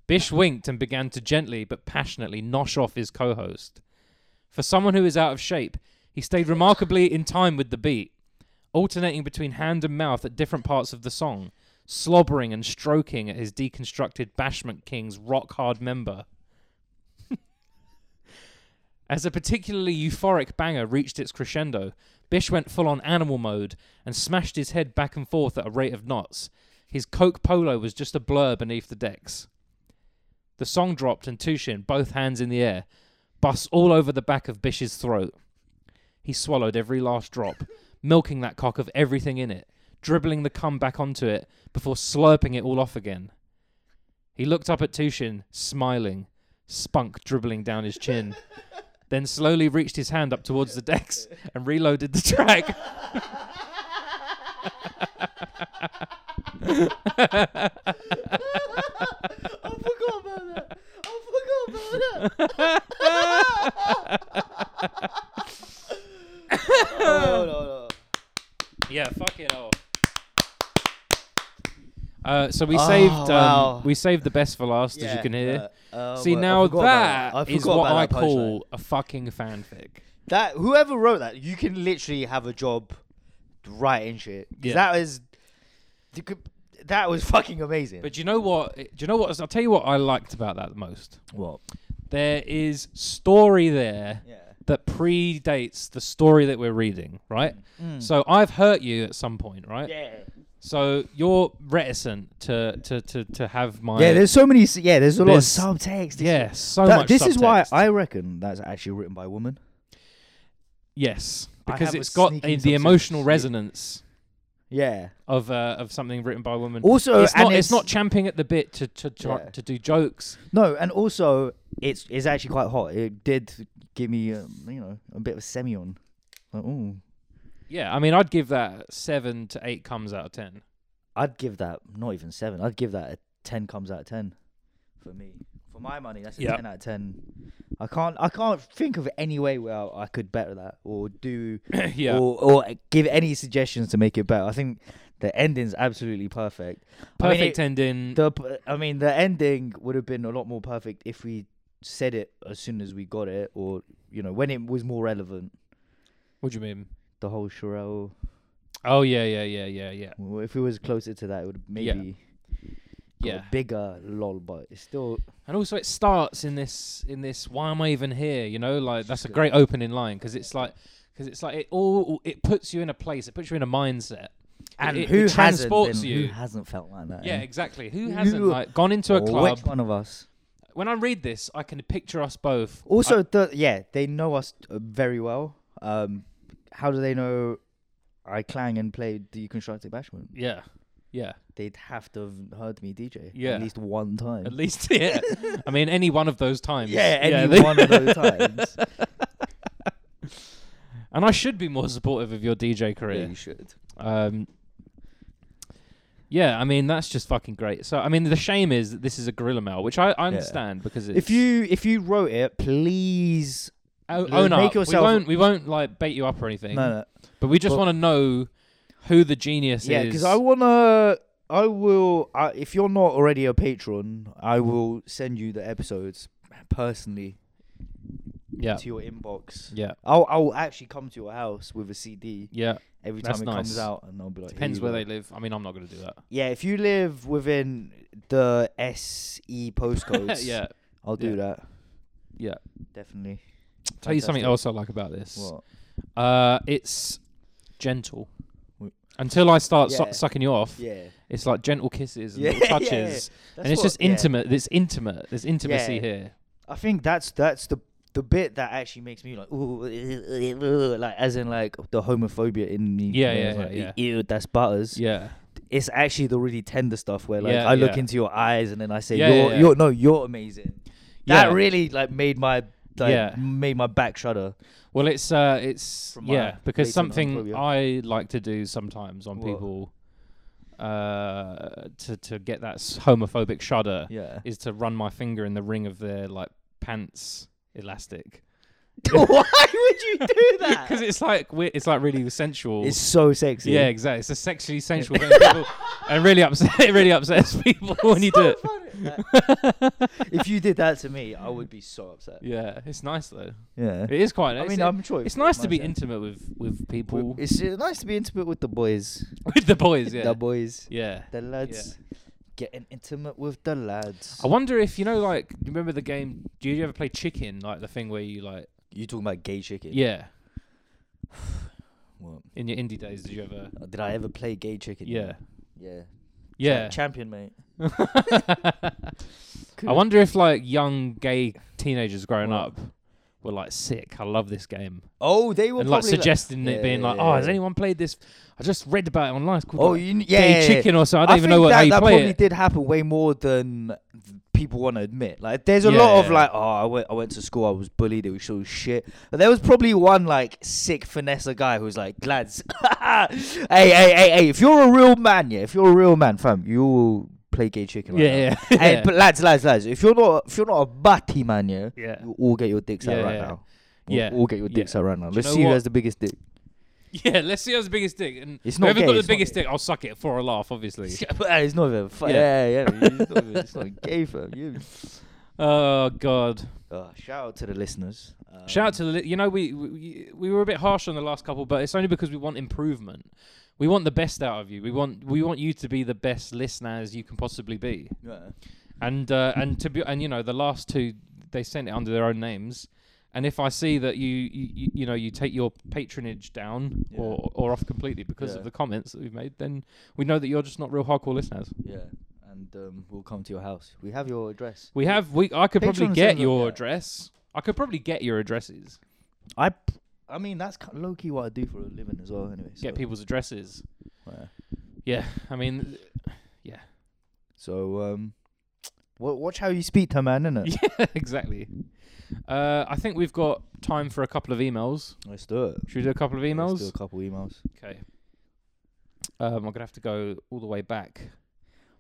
[SPEAKER 1] Bish winked and began to gently but passionately nosh off his co host. For someone who is out of shape, he stayed remarkably in time with the beat, alternating between hand and mouth at different parts of the song, slobbering and stroking at his deconstructed Bashment King's rock hard member. As a particularly euphoric banger reached its crescendo, Bish went full on animal mode and smashed his head back and forth at a rate of knots. His Coke polo was just a blur beneath the decks. The song dropped and Tushin, both hands in the air, bust all over the back of Bish's throat. He swallowed every last drop, milking that cock of everything in it, dribbling the cum back onto it before slurping it all off again. He looked up at Tushin, smiling, spunk dribbling down his chin, then slowly reached his hand up towards the decks and reloaded the track.
[SPEAKER 2] I forgot about that. I forgot about that. oh, no, no.
[SPEAKER 1] Yeah, fucking hell. Uh, so we saved um,
[SPEAKER 2] Oh, wow.
[SPEAKER 1] we saved the best for last, as you can hear.
[SPEAKER 2] Uh,
[SPEAKER 1] See
[SPEAKER 2] well, I
[SPEAKER 1] now
[SPEAKER 2] forgot about
[SPEAKER 1] that
[SPEAKER 2] I
[SPEAKER 1] is
[SPEAKER 2] forgot
[SPEAKER 1] what
[SPEAKER 2] about
[SPEAKER 1] I
[SPEAKER 2] that
[SPEAKER 1] call a fucking fanfic.
[SPEAKER 2] punchline. that. Whoever wrote that, you can literally have a job writing shit. 'Cause
[SPEAKER 1] Yeah.
[SPEAKER 2] That is, you could- that was fucking amazing.
[SPEAKER 1] But do you know what? Do you know what? I'll tell you what I liked about that the most.
[SPEAKER 2] what?
[SPEAKER 1] There is story there
[SPEAKER 2] Yeah.
[SPEAKER 1] that predates the story that we're reading, right? So I've hurt you at some point, right?
[SPEAKER 2] Hmm. Yeah.
[SPEAKER 1] So you're reticent to to to, to have my
[SPEAKER 2] Yeah. There's so many. s- Yeah. There's a lot
[SPEAKER 1] There's-
[SPEAKER 2] of subtext.
[SPEAKER 1] yeah so
[SPEAKER 2] That-
[SPEAKER 1] much.
[SPEAKER 2] this is why
[SPEAKER 1] subtext.
[SPEAKER 2] I reckon that's actually written by a woman.
[SPEAKER 1] yes
[SPEAKER 2] I
[SPEAKER 1] because
[SPEAKER 2] have a
[SPEAKER 1] it's got
[SPEAKER 2] sneaking
[SPEAKER 1] a, the
[SPEAKER 2] subtext.
[SPEAKER 1] emotional
[SPEAKER 2] Yeah.
[SPEAKER 1] resonance
[SPEAKER 2] Yeah.
[SPEAKER 1] of uh, of something written by a woman.
[SPEAKER 2] Also,
[SPEAKER 1] it's
[SPEAKER 2] and
[SPEAKER 1] not,
[SPEAKER 2] it's,
[SPEAKER 1] it's not champing at the bit to to try,
[SPEAKER 2] Yeah.
[SPEAKER 1] to do jokes.
[SPEAKER 2] No, and also it's it's actually quite hot. It did give me um, you know a bit of a semi on. Like, ooh,
[SPEAKER 1] Yeah, I mean, I'd give that seven to eight comes out of ten.
[SPEAKER 2] I'd give that not even seven. I'd give that a ten comes out of ten for me. For my money, that's a
[SPEAKER 1] Yeah.
[SPEAKER 2] ten out of ten. I can't I can't think of any way where I could better that or do
[SPEAKER 1] yeah,
[SPEAKER 2] or or give any suggestions to make it better. I think the ending's absolutely perfect. I mean,
[SPEAKER 1] perfect
[SPEAKER 2] it-
[SPEAKER 1] ending.
[SPEAKER 2] the p- I mean the ending would have been a lot more perfect if we said it as soon as we got it or you know when it was more relevant.
[SPEAKER 1] what do you mean?
[SPEAKER 2] the whole Sherelle.
[SPEAKER 1] Oh yeah, yeah, yeah, yeah, yeah,
[SPEAKER 2] Well, If it was closer to that, it would
[SPEAKER 1] Yeah.
[SPEAKER 2] maybe got
[SPEAKER 1] yeah.
[SPEAKER 2] a bigger lol, but it's still
[SPEAKER 1] And also, it starts in this in this. Why am I even here? You know, like that's a
[SPEAKER 2] Sure.
[SPEAKER 1] great opening line because it's like because it's like it all it puts you in a place. It puts you in a mindset.
[SPEAKER 2] and
[SPEAKER 1] it,
[SPEAKER 2] who
[SPEAKER 1] it
[SPEAKER 2] hasn't
[SPEAKER 1] transports
[SPEAKER 2] been-
[SPEAKER 1] you?
[SPEAKER 2] Who hasn't felt like that?
[SPEAKER 1] yeah,
[SPEAKER 2] eh?
[SPEAKER 1] exactly. Who
[SPEAKER 2] You-
[SPEAKER 1] hasn't like gone into a
[SPEAKER 2] Or
[SPEAKER 1] club?
[SPEAKER 2] Which one of us?
[SPEAKER 1] When I read this, I can picture us both.
[SPEAKER 2] Also, the yeah, they know us uh, very well. Um, how do they know? I clang and played deconstructed bashment.
[SPEAKER 1] Yeah. Yeah.
[SPEAKER 2] They'd have to have heard me DJ
[SPEAKER 1] Yeah.
[SPEAKER 2] at least one time.
[SPEAKER 1] At least yeah. I mean any one of those times.
[SPEAKER 2] yeah, any
[SPEAKER 1] they-
[SPEAKER 2] one of those times.
[SPEAKER 1] And I should be more supportive of your DJ
[SPEAKER 2] Yeah,
[SPEAKER 1] career.
[SPEAKER 2] you should.
[SPEAKER 1] Um Yeah, I mean that's just fucking great. So I mean the shame is that this is a gorilla mail, which I, I understand because it's
[SPEAKER 2] If you if you wrote it, please
[SPEAKER 1] o-
[SPEAKER 2] l-
[SPEAKER 1] own
[SPEAKER 2] make
[SPEAKER 1] up.
[SPEAKER 2] yourself-
[SPEAKER 1] We won't we won't like bait you up or anything.
[SPEAKER 2] no no
[SPEAKER 1] But we just
[SPEAKER 2] Well-
[SPEAKER 1] want to know who the genius
[SPEAKER 2] Yeah,
[SPEAKER 1] is.
[SPEAKER 2] because I wanna. I will. I if you're not already a patron, I will send you the episodes personally
[SPEAKER 1] Yeah.
[SPEAKER 2] to your inbox.
[SPEAKER 1] Yeah.
[SPEAKER 2] I'll I'll actually come to your house with a CD
[SPEAKER 1] Yeah.
[SPEAKER 2] every time
[SPEAKER 1] That's
[SPEAKER 2] it
[SPEAKER 1] nice.
[SPEAKER 2] comes out, and I'll be like, "Here
[SPEAKER 1] Depends
[SPEAKER 2] you
[SPEAKER 1] where
[SPEAKER 2] go."
[SPEAKER 1] they live. I mean I'm not gonna do that.
[SPEAKER 2] Yeah, if you live within the SE postcodes,
[SPEAKER 1] yeah.
[SPEAKER 2] I'll do
[SPEAKER 1] yeah.
[SPEAKER 2] that.
[SPEAKER 1] Yeah.
[SPEAKER 2] Definitely.
[SPEAKER 1] Tell you something
[SPEAKER 2] Fantastic.
[SPEAKER 1] else I like about this.
[SPEAKER 2] What?
[SPEAKER 1] Uh, it's gentle.
[SPEAKER 2] Wh-
[SPEAKER 1] Until I start
[SPEAKER 2] Yeah.
[SPEAKER 1] su- sucking you off,
[SPEAKER 2] Yeah.
[SPEAKER 1] it's like gentle kisses and
[SPEAKER 2] Yeah,
[SPEAKER 1] little
[SPEAKER 2] yeah,
[SPEAKER 1] touches,
[SPEAKER 2] That's
[SPEAKER 1] and it's
[SPEAKER 2] what-
[SPEAKER 1] just
[SPEAKER 2] yeah.
[SPEAKER 1] intimate. It's intimate. There's intimacy
[SPEAKER 2] Yeah.
[SPEAKER 1] here.
[SPEAKER 2] I think that's that's the the bit that actually makes me like ooh, eh, like as in like the homophobia in me.
[SPEAKER 1] Yeah,
[SPEAKER 2] where
[SPEAKER 1] yeah,
[SPEAKER 2] it's
[SPEAKER 1] yeah,
[SPEAKER 2] like,
[SPEAKER 1] yeah.
[SPEAKER 2] Ew, that's butters.
[SPEAKER 1] Yeah,
[SPEAKER 2] It's actually the really tender stuff where like
[SPEAKER 1] Yeah,
[SPEAKER 2] I look
[SPEAKER 1] yeah.
[SPEAKER 2] into your eyes and then I say,
[SPEAKER 1] Yeah, yeah,
[SPEAKER 2] you're,
[SPEAKER 1] yeah.
[SPEAKER 2] you're no, you're amazing.
[SPEAKER 1] Yeah.
[SPEAKER 2] That really like made my like,
[SPEAKER 1] Yeah.
[SPEAKER 2] made my back shudder.
[SPEAKER 1] Well, it's uh, it's
[SPEAKER 2] From my
[SPEAKER 1] yeah, because
[SPEAKER 2] based on
[SPEAKER 1] something
[SPEAKER 2] homophobia.
[SPEAKER 1] I like to do sometimes on
[SPEAKER 2] What?
[SPEAKER 1] people, uh, to to get that s- homophobic shudder
[SPEAKER 2] Yeah.
[SPEAKER 1] is to run my finger in the ring of their like pants elastic
[SPEAKER 2] Why would you do that?
[SPEAKER 1] because it's like we it's like really sensual.
[SPEAKER 2] it's so sexy.
[SPEAKER 1] Yeah, exactly. It's a sexually sensual thing. People, and really upset. It really upsets people when you do it.
[SPEAKER 2] if you did that to me, I would be so upset.
[SPEAKER 1] Yeah, it's nice though.
[SPEAKER 2] Yeah.
[SPEAKER 1] It is quite.
[SPEAKER 2] I
[SPEAKER 1] Nice.
[SPEAKER 2] mean, I'm sure
[SPEAKER 1] it's
[SPEAKER 2] it
[SPEAKER 1] nice to be
[SPEAKER 2] myself.
[SPEAKER 1] intimate with with
[SPEAKER 2] W-
[SPEAKER 1] people
[SPEAKER 2] It's uh, nice to be intimate with the boys.
[SPEAKER 1] with the boys. Yeah,
[SPEAKER 2] The boys.
[SPEAKER 1] yeah.
[SPEAKER 2] The lads. Getting intimate with the lads.
[SPEAKER 1] I wonder if you know, like, you remember the game? Do you ever play Chicken? Like the thing where you like,
[SPEAKER 2] you talking about gay chicken?
[SPEAKER 1] yeah,
[SPEAKER 2] What?
[SPEAKER 1] In your indie days, did you ever?
[SPEAKER 2] Uh, Did I ever play gay chicken?
[SPEAKER 1] Yeah,
[SPEAKER 2] Yeah.
[SPEAKER 1] yeah.
[SPEAKER 2] Champion, mate.
[SPEAKER 1] I wonder if like young gay teenagers growing
[SPEAKER 2] What?
[SPEAKER 1] up were like sick. I love this game
[SPEAKER 2] Oh, they were
[SPEAKER 1] and like
[SPEAKER 2] probably
[SPEAKER 1] suggesting
[SPEAKER 2] Yeah,
[SPEAKER 1] it being
[SPEAKER 2] yeah,
[SPEAKER 1] like,
[SPEAKER 2] yeah,
[SPEAKER 1] oh, has
[SPEAKER 2] yeah.
[SPEAKER 1] anyone played this? I just read about it online. It's called
[SPEAKER 2] Oh,
[SPEAKER 1] like,
[SPEAKER 2] you, kn- yeah,
[SPEAKER 1] gay
[SPEAKER 2] yeah, yeah.
[SPEAKER 1] chicken or something. I don't even
[SPEAKER 2] think
[SPEAKER 1] know what
[SPEAKER 2] that,
[SPEAKER 1] how you
[SPEAKER 2] that
[SPEAKER 1] play
[SPEAKER 2] probably
[SPEAKER 1] it.
[SPEAKER 2] did happen way more than people want to admit. Like, there's a
[SPEAKER 1] Yeah,
[SPEAKER 2] lot of
[SPEAKER 1] yeah.
[SPEAKER 2] like, oh, I went, I went to school, I was bullied, it was so shit. But there was probably one like sick finesse guy who was like, lads, hey, hey, hey, hey, if you're a real man, yeah, if you're a real man, fam, you will play gay chicken. Like
[SPEAKER 1] yeah,
[SPEAKER 2] that.
[SPEAKER 1] yeah,
[SPEAKER 2] Hey,
[SPEAKER 1] yeah.
[SPEAKER 2] but lads, lads, lads, if you're not, if you're not a batty man, yeah,
[SPEAKER 1] yeah.
[SPEAKER 2] you all get your dicks
[SPEAKER 1] Yeah,
[SPEAKER 2] out right
[SPEAKER 1] yeah.
[SPEAKER 2] now. We'll-
[SPEAKER 1] Yeah,
[SPEAKER 2] all get your
[SPEAKER 1] yeah.
[SPEAKER 2] dicks out right now.
[SPEAKER 1] you
[SPEAKER 2] Let's
[SPEAKER 1] know
[SPEAKER 2] see who
[SPEAKER 1] what?
[SPEAKER 2] has the biggest dick.
[SPEAKER 1] Yeah, let's see who's the biggest dick. And
[SPEAKER 2] It's not
[SPEAKER 1] whoever
[SPEAKER 2] gay,
[SPEAKER 1] got the
[SPEAKER 2] it's not
[SPEAKER 1] biggest
[SPEAKER 2] gay.
[SPEAKER 1] dick, I'll suck it for a laugh, obviously.
[SPEAKER 2] it's not even. Fu-
[SPEAKER 1] Yeah.
[SPEAKER 2] yeah, yeah, it's not even. It's not gay, fam. You.
[SPEAKER 1] Oh God!
[SPEAKER 2] Uh, shout out to the listeners. Um,
[SPEAKER 1] Shout out to the li- you know we, we we were a bit harsh on the last couple, but it's only because we want improvement. We want the best out of you. We want we want you to be the best listeners you can possibly be.
[SPEAKER 2] Yeah.
[SPEAKER 1] And uh, and to be and you know the last two they sent it under their own names. And if I see that you you, you- you know you take your patronage down
[SPEAKER 2] Yeah.
[SPEAKER 1] or or off completely because
[SPEAKER 2] Yeah.
[SPEAKER 1] of the comments that we've made, then we know that you're just not real hardcore listeners.
[SPEAKER 2] Yeah, and um, we'll come to your house. We have your address.
[SPEAKER 1] We have we I could
[SPEAKER 2] Patreon
[SPEAKER 1] probably get
[SPEAKER 2] sends them,
[SPEAKER 1] your
[SPEAKER 2] yeah.
[SPEAKER 1] address. I could probably get your addresses.
[SPEAKER 2] I. p- I mean, that's kind low key what I do for a living as well. Anyway, so,
[SPEAKER 1] Get people's addresses.
[SPEAKER 2] yeah.
[SPEAKER 1] Yeah, I mean,
[SPEAKER 2] So um, wa- watch how you speak to man, innit?
[SPEAKER 1] yeah, exactly. Uh, I think we've got time for a couple of emails.
[SPEAKER 2] Let's do it.
[SPEAKER 1] Should we do a couple of
[SPEAKER 2] Let's do a
[SPEAKER 1] emails?
[SPEAKER 2] couple emails.
[SPEAKER 1] Okay. Um, I'm gonna have to go all the way back,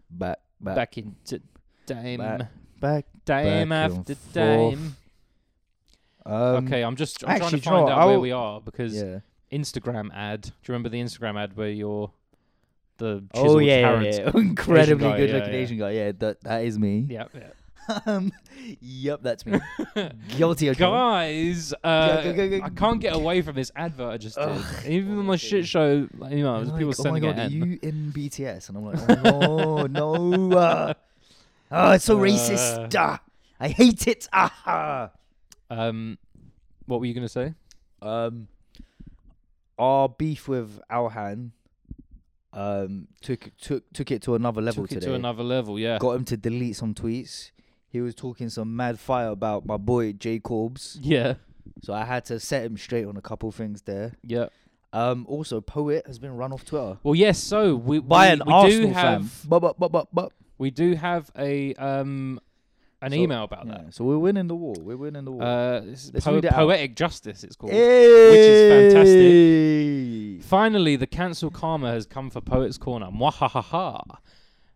[SPEAKER 2] Back, back,
[SPEAKER 1] back into time,
[SPEAKER 2] back, back.
[SPEAKER 1] time
[SPEAKER 2] back and
[SPEAKER 1] after
[SPEAKER 2] forth.
[SPEAKER 1] time.
[SPEAKER 2] Um,
[SPEAKER 1] okay, I'm just I'm
[SPEAKER 2] actually, do you
[SPEAKER 1] trying
[SPEAKER 2] know
[SPEAKER 1] to find
[SPEAKER 2] what?
[SPEAKER 1] out
[SPEAKER 2] I'll-
[SPEAKER 1] where we are because
[SPEAKER 2] Yeah.
[SPEAKER 1] Instagram ad. Do you remember the Instagram ad where you're the
[SPEAKER 2] Oh
[SPEAKER 1] chiseled
[SPEAKER 2] yeah, yeah,
[SPEAKER 1] Tarant-
[SPEAKER 2] yeah. incredibly
[SPEAKER 1] guy,
[SPEAKER 2] good
[SPEAKER 1] yeah,
[SPEAKER 2] looking
[SPEAKER 1] yeah.
[SPEAKER 2] Asian guy. Yeah, that that is me.
[SPEAKER 1] yeah, yeah.
[SPEAKER 2] um, yep, that's me. Guilty of drama.
[SPEAKER 1] Guys, uh,
[SPEAKER 2] go, go, go.
[SPEAKER 1] I can't get away from this advert I just did.
[SPEAKER 2] Ugh.
[SPEAKER 1] Even on my shit show, like, you know,
[SPEAKER 2] And they're
[SPEAKER 1] people
[SPEAKER 2] like,
[SPEAKER 1] sending
[SPEAKER 2] oh
[SPEAKER 1] it
[SPEAKER 2] my god,
[SPEAKER 1] in.
[SPEAKER 2] are you in BTS? And I'm like, oh no, no. Uh, oh, it's
[SPEAKER 1] Uh,
[SPEAKER 2] so racist. Ah, I hate it. Ah.
[SPEAKER 1] Um, what were you gonna say?
[SPEAKER 2] Um, our beef with Alhan um, took took took it to another level
[SPEAKER 1] Took it
[SPEAKER 2] today.
[SPEAKER 1] to another level, yeah.
[SPEAKER 2] Got him to delete some tweets. He was talking some mad fire about my boy Jay Corbs.
[SPEAKER 1] Yeah,
[SPEAKER 2] So I had to set him straight on a couple things there.
[SPEAKER 1] yeah.
[SPEAKER 2] Um, also, Poet has been run off Twitter.
[SPEAKER 1] Well, yes. So we
[SPEAKER 2] By
[SPEAKER 1] we,
[SPEAKER 2] an
[SPEAKER 1] we
[SPEAKER 2] Arsenal
[SPEAKER 1] do have
[SPEAKER 2] fan. Bup, bup, bup, bup, bup.
[SPEAKER 1] we do have a um an
[SPEAKER 2] So-
[SPEAKER 1] email about
[SPEAKER 2] Yeah, so we're winning the war. We're winning the war.
[SPEAKER 1] that. Uh, this is
[SPEAKER 2] Let's
[SPEAKER 1] po-
[SPEAKER 2] read it out. Eh.
[SPEAKER 1] poetic justice. It's called.
[SPEAKER 2] is
[SPEAKER 1] Finally, the cancel karma has come for Poets Corner. Mwahahaha.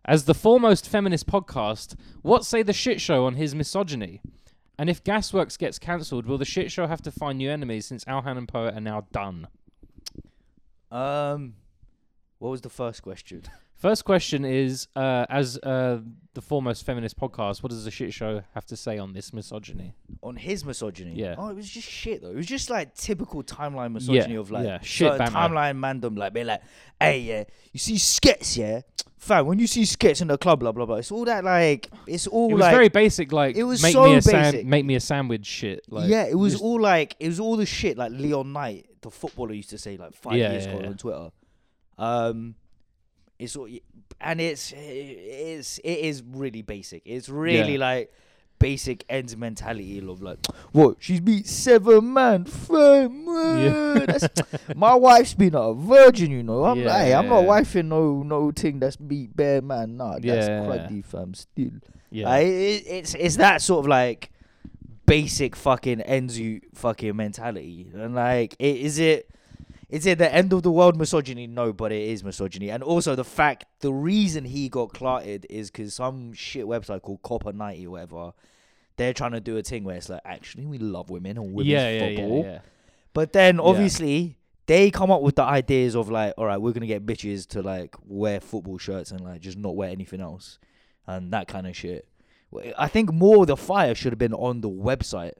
[SPEAKER 1] As the foremost feminist podcast, what say the shit show on his misogyny? And if Gasworks gets cancelled, will the shit show have to find new enemies since Alhan and Poet are now done?
[SPEAKER 2] Um, what was the first question?
[SPEAKER 1] First question is, uh, as uh, the foremost feminist podcast, what does the shit show have to say on this misogyny?
[SPEAKER 2] On his misogyny.
[SPEAKER 1] Yeah.
[SPEAKER 2] Oh, it was just shit though. It was just like typical timeline misogyny of like
[SPEAKER 1] yeah, shit
[SPEAKER 2] certain
[SPEAKER 1] banter.
[SPEAKER 2] timeline mandom like being like, hey yeah, you see skits yeah, fam. When you see skits in the club, blah blah blah. It's all that like, it's all
[SPEAKER 1] It was
[SPEAKER 2] like
[SPEAKER 1] very basic, like
[SPEAKER 2] it was
[SPEAKER 1] make
[SPEAKER 2] so
[SPEAKER 1] me a
[SPEAKER 2] basic.
[SPEAKER 1] make me a sandwich shit. Like,
[SPEAKER 2] yeah, it was
[SPEAKER 1] just-
[SPEAKER 2] all like it was all the shit like Leon Knight, the footballer, used to say like five
[SPEAKER 1] Yeah,
[SPEAKER 2] years
[SPEAKER 1] yeah,
[SPEAKER 2] ago
[SPEAKER 1] yeah.
[SPEAKER 2] on Twitter. Um, it's all, and it's it's it is really basic. It's really
[SPEAKER 1] Yeah.
[SPEAKER 2] like basic ends mentality of like, what she's beat seven man, five man. That's, my wife's been a virgin, you know. I'm like, hey, I'm not
[SPEAKER 1] Yeah.
[SPEAKER 2] wifing no no thing that's beat bare man. Nah, that's
[SPEAKER 1] Yeah.
[SPEAKER 2] cruddy, fam. Still.
[SPEAKER 1] yeah,
[SPEAKER 2] Like, it, it's it's that sort of like basic fucking ends you fucking mentality, and like i- is it is it the end of the world misogyny? No, but it is misogyny, and also the fact the reason he got clarted is because some shit website called Copper Ninety or whatever. They're trying to do a thing where it's like, actually, we love women and women's
[SPEAKER 1] yeah, yeah, yeah,
[SPEAKER 2] football.
[SPEAKER 1] yeah.
[SPEAKER 2] But then
[SPEAKER 1] Yeah.
[SPEAKER 2] obviously they come up with the ideas of like, all right, we're gonna get bitches to like wear football shirts and like just not wear anything else, and that kind of shit. Wh- I think more the fire should have been on the website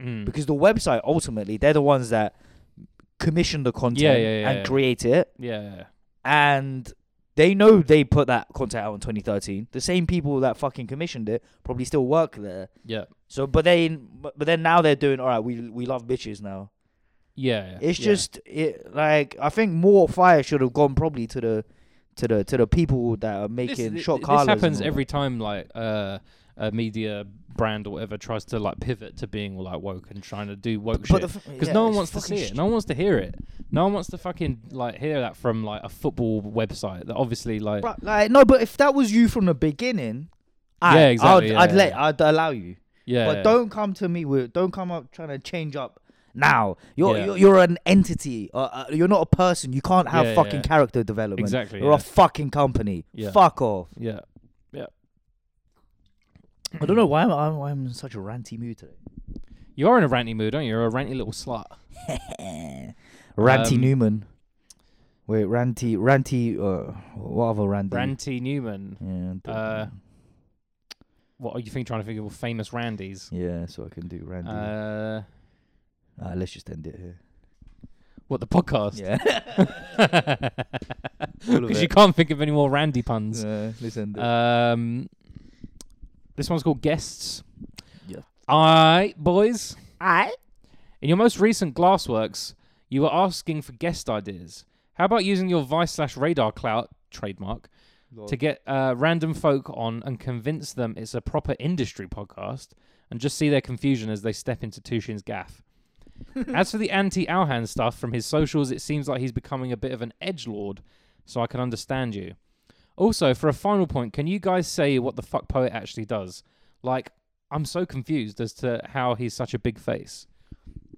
[SPEAKER 1] Mm.
[SPEAKER 2] because the website ultimately they're the ones that commission the content
[SPEAKER 1] Yeah, yeah, yeah,
[SPEAKER 2] and
[SPEAKER 1] yeah.
[SPEAKER 2] create it,
[SPEAKER 1] yeah, yeah.
[SPEAKER 2] and they know they put that content out in 2013. The same people that fucking commissioned it probably still work there.
[SPEAKER 1] Yeah.
[SPEAKER 2] So, but they, but but then now they're doing all right. We we love bitches now,
[SPEAKER 1] Yeah,
[SPEAKER 2] It's
[SPEAKER 1] yeah.
[SPEAKER 2] just it like I think more fire should have gone probably to the to the to the people that are
[SPEAKER 1] This-
[SPEAKER 2] making
[SPEAKER 1] thi-
[SPEAKER 2] shot
[SPEAKER 1] this
[SPEAKER 2] collars. and
[SPEAKER 1] happens
[SPEAKER 2] all
[SPEAKER 1] every time like uh, a media brand or whatever tries to like pivot to being like woke and trying to do woke
[SPEAKER 2] that.
[SPEAKER 1] shit.
[SPEAKER 2] But the f-
[SPEAKER 1] because
[SPEAKER 2] yeah,
[SPEAKER 1] no one
[SPEAKER 2] it's
[SPEAKER 1] wants to see
[SPEAKER 2] fucking
[SPEAKER 1] it. No one wants to hear it. No one wants to fucking like hear that from like a football website that obviously like
[SPEAKER 2] But, like no, but if that was you from the beginning, I,
[SPEAKER 1] Yeah, exactly,
[SPEAKER 2] I'd,
[SPEAKER 1] yeah,
[SPEAKER 2] I'd let
[SPEAKER 1] yeah.
[SPEAKER 2] I'd allow you.
[SPEAKER 1] yeah.
[SPEAKER 2] But don't come to me with don't come up trying to change up now. You're
[SPEAKER 1] Yeah.
[SPEAKER 2] you're, you're an entity. Uh, uh, you're not a person. You can't have
[SPEAKER 1] Yeah,
[SPEAKER 2] fucking
[SPEAKER 1] yeah.
[SPEAKER 2] character development.
[SPEAKER 1] exactly.
[SPEAKER 2] You're
[SPEAKER 1] Yeah.
[SPEAKER 2] a fucking company.
[SPEAKER 1] Yeah.
[SPEAKER 2] Fuck off.
[SPEAKER 1] yeah.
[SPEAKER 2] I don't know why I'm, I'm, why I'm in such a ranty mood today.
[SPEAKER 1] You are in a ranty mood, aren't you? You're a ranty little slut.
[SPEAKER 2] Ranty
[SPEAKER 1] Um,
[SPEAKER 2] Newman. Wait, Ranty, Ranty, uh, what other Randy?
[SPEAKER 1] Ranty Newman.
[SPEAKER 2] yeah, I
[SPEAKER 1] uh,
[SPEAKER 2] don't-
[SPEAKER 1] What are you think trying to think of famous Randys?
[SPEAKER 2] yeah, so I can do Randy. Uh,
[SPEAKER 1] Uh,
[SPEAKER 2] let's just end it here.
[SPEAKER 1] what the podcast?
[SPEAKER 2] Yeah. All of
[SPEAKER 1] Because you
[SPEAKER 2] it.
[SPEAKER 1] can't think of any more Randy puns.
[SPEAKER 2] Yeah, let's end it.
[SPEAKER 1] Um, this one's called Guests.
[SPEAKER 2] Yeah.
[SPEAKER 1] Aye, boys.
[SPEAKER 3] I
[SPEAKER 1] In your most recent Glassworks, you were asking for guest ideas. How about using your Vice slash Radar clout trademark
[SPEAKER 2] Lol.
[SPEAKER 1] to get uh, random folk on and convince them it's a proper industry podcast, and just see their confusion as they step into Tushin's gaff. as for the anti Alhan stuff from his socials, it seems like he's becoming a bit of an edge lord, so I can understand you. Also, for a final point, can you guys say what the fuck poet actually does? Like, I'm so confused as to how he's such a big face.